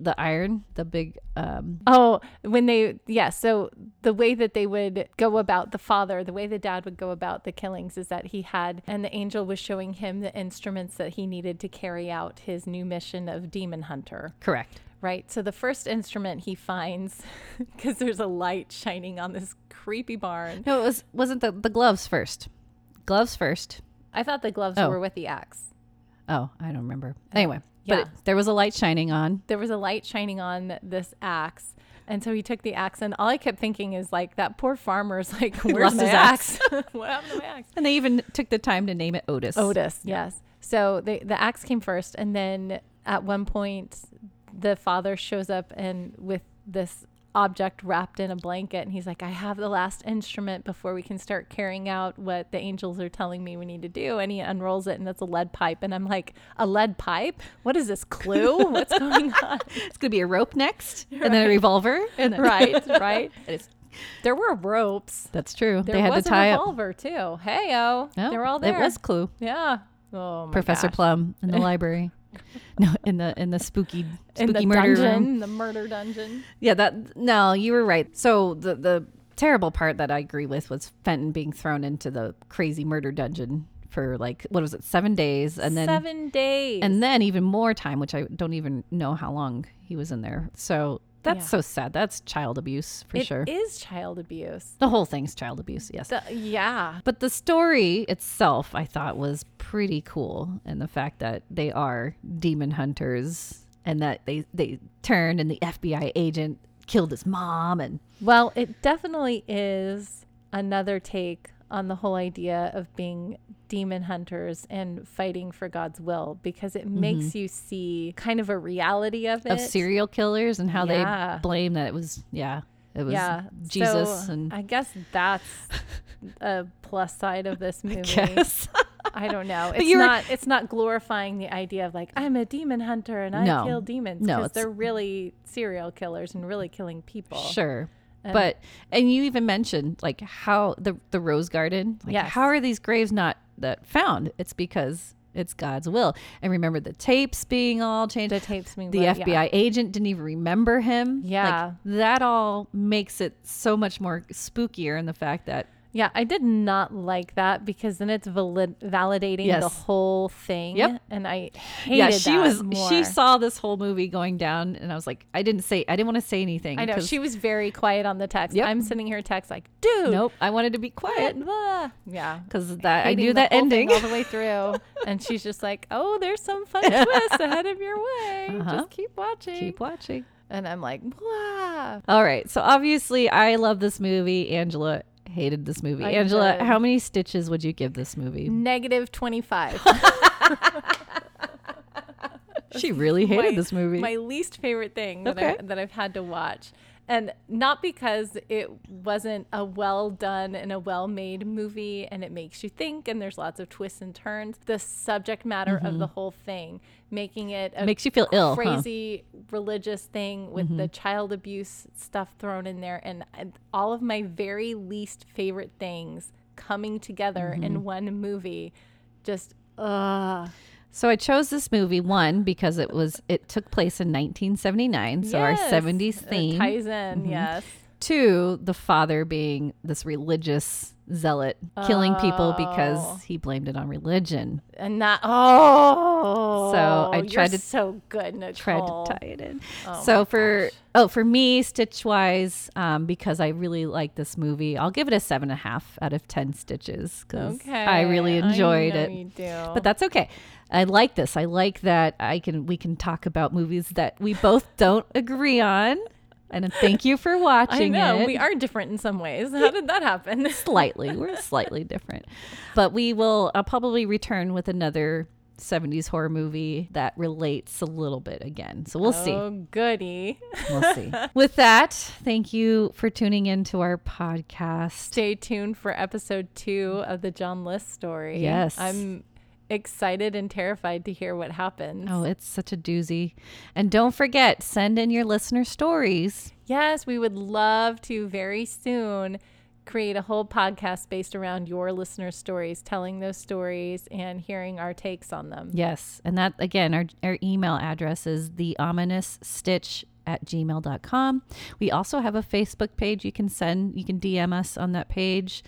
the iron the big um
Oh, when they yeah, so the way that they would go about the father, the way the dad would go about the killings is that he had and the angel was showing him the instruments that he needed to carry out his new mission of demon hunter.
correct
Right. So the first instrument he finds, because there's a light shining on this creepy barn.
no it was wasn't the the gloves first gloves first
I thought the gloves
Oh.
were with the axe.
oh I don't remember anyway
Uh, Yeah.
but it- there was a light shining on
There was a light shining on this axe. And so he took the axe, and all I kept thinking is like that poor farmer's like, where's
lost
my
his
axe? what happened to my axe?
and they even took the time to name it Otis
Otis, yes. So the the axe came first, and then at one point, the father shows up and with this object wrapped in a blanket, and he's like, "I have the last instrument before we can start carrying out what the angels are telling me we need to do." And he unrolls it, and it's a lead pipe, and I'm like, "A lead pipe? What is this clue? What's going on?"
It's gonna be a rope next, and then a revolver, and then
right, right.
It's,
There were ropes.
that's true.
There
they had
was
to tie
a
up.
revolver too. Hey oh,
No,
they were all there.
It was Clue,
yeah. Oh my
Professor
gosh.
Plum in the library. No, in the in the spooky spooky
in the
murder
dungeon,
room.
the murder dungeon.
Yeah, that no, you were right. So the the terrible part that I agree with was Fenton being thrown into the crazy murder dungeon for like what was it seven days, and then
seven days.
and then even more time, which I don't even know how long he was in there. So That's
Yeah.
so sad. That's child abuse for
It
sure.
is child abuse.
the whole thing's child abuse, yes.
The- yeah.
But the story itself, I thought, was pretty cool, and the fact that they are demon hunters, and that they they turned, and the FBI agent killed his mom, and
Well, it definitely is another take on the whole idea of being demon hunters and fighting for God's will because it makes you see kind of a reality of it.
Mm-hmm. of serial killers, and how
Yeah.
they blame that it was yeah, it was
yeah.
Jesus,
So,
and
I guess that's a plus side of this movie.
yes,
I don't know. It's
you were-
not it's not glorifying the idea of like I'm a demon hunter and I
No.
kill demons
No,
because
it's-
they're really serial killers and really killing people.
sure. But and you even mentioned like how the the rose garden, like
Yes.
how are these graves not that found? It's because it's God's will. And remember the tapes being all changed.
The tapes mean
the
what?
FBI
Yeah.
agent didn't even remember him.
Yeah.
Like, that all makes it so much more spookier in the fact that
Yeah, I did not like that because then it's valid- validating the
Yes.
whole thing.
Yep.
And I hated
yeah, she
that
was
more.
she saw this whole movie going down and I was like I didn't say I didn't want to say anything
I know
'cause-
she was very quiet on the text.
Yep.
I'm sending her a text like, dude,
Nope, I wanted to be
blah,
quiet
blah." yeah.
cuz that I
Hating
knew
the
that
whole thing
ending.
all the way through, and she's just like, "Oh, there's some fun twists ahead of your way.
Uh-huh.
Just keep watching."
Keep watching.
and I'm like, "Wow,
All right. So obviously, I love this movie. Angela hated this movie.
I
Angela,
did.
how many stitches would you give this movie?
negative 25."
She really hated
my-
this movie.
My least favorite thing that, I,
Okay.
that I've had to watch. And not because it wasn't a well done and a well made movie and it makes you think and there's lots of twists and turns. The subject matter of the whole thing, making it a
Mm-hmm. Makes you feel ill, huh? Mm-hmm.
crazy religious thing with the child abuse stuff thrown in there and, and all of my very least favorite things coming together
Mm-hmm.
in one movie. Just, uh,
so I chose this movie one because it was it took place in 1979, so our 70s theme.
Uh,
Mm-hmm.
Ties in, yes.
Two, the father being this religious zealot killing people
Oh.
because he blamed it on religion.
and that oh
I tried
you're
to-
so good Nicole.
tried to tie it in. so for oh for me, Stitch wise, um, because I really like this movie, I'll give it a seven and a half out of ten stitches because
okay
I really enjoyed
know
it.
you do.
But that's okay. I like this. I like that I can we can talk about movies that we both don't agree on. And thank you for
I
watching
know
it.
we are different in some ways how did that happen
slightly. We're slightly different. But we will uh, probably return with another 70s horror movie that relates a little bit again. So we'll see.
oh goody
We'll see. With that, thank you for tuning in to our podcast.
stay tuned for episode two of the John List story
Yes.
I'm excited and terrified to hear what happens
Oh, it's such a doozy. And don't forget, send in your listener stories.
yes we would love to very soon create a whole podcast based around your listener stories telling those stories and hearing our takes on them
Yes. And that, again, our, our email address is the ominous stitch at gmail.com. We also have a Facebook page. You can send, you can DM us on that page.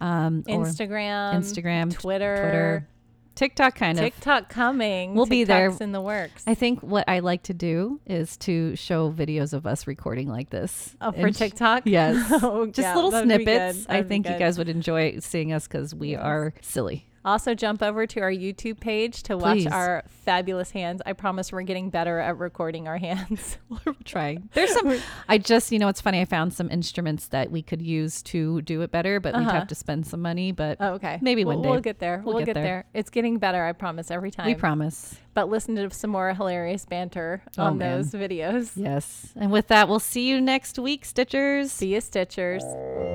Um, or
Instagram,
Instagram, t-
Twitter,
Twitter, TikTok, kind of.
TikTok coming.
We'll be there.
TikTok's in the works.
I think what I like to do is to show videos of us recording like this.
oh, for
And sh-
TikTok,
Yes.
Oh,
Just
yeah,
little
that'd be good.
snippets. I
That'd be
think you
good.
guys would enjoy seeing us because we are silly.
Also, jump over to our YouTube page to
Please.
watch our fabulous hands. I promise we're getting better at recording our hands.
We're trying. There's some, I just, you know, it's funny. I found some instruments that we could use to do it better, but we'd
Uh-huh.
have to spend some money. But
Oh, okay,
Maybe
we'll,
one day.
we'll get there. We'll, get, there. It's getting better. I promise every time.
we promise.
but listen to some more hilarious banter
Oh,
on
man.
those videos.
Yes. And with that, we'll see you next week, Stitchers.
See you, Stitchers.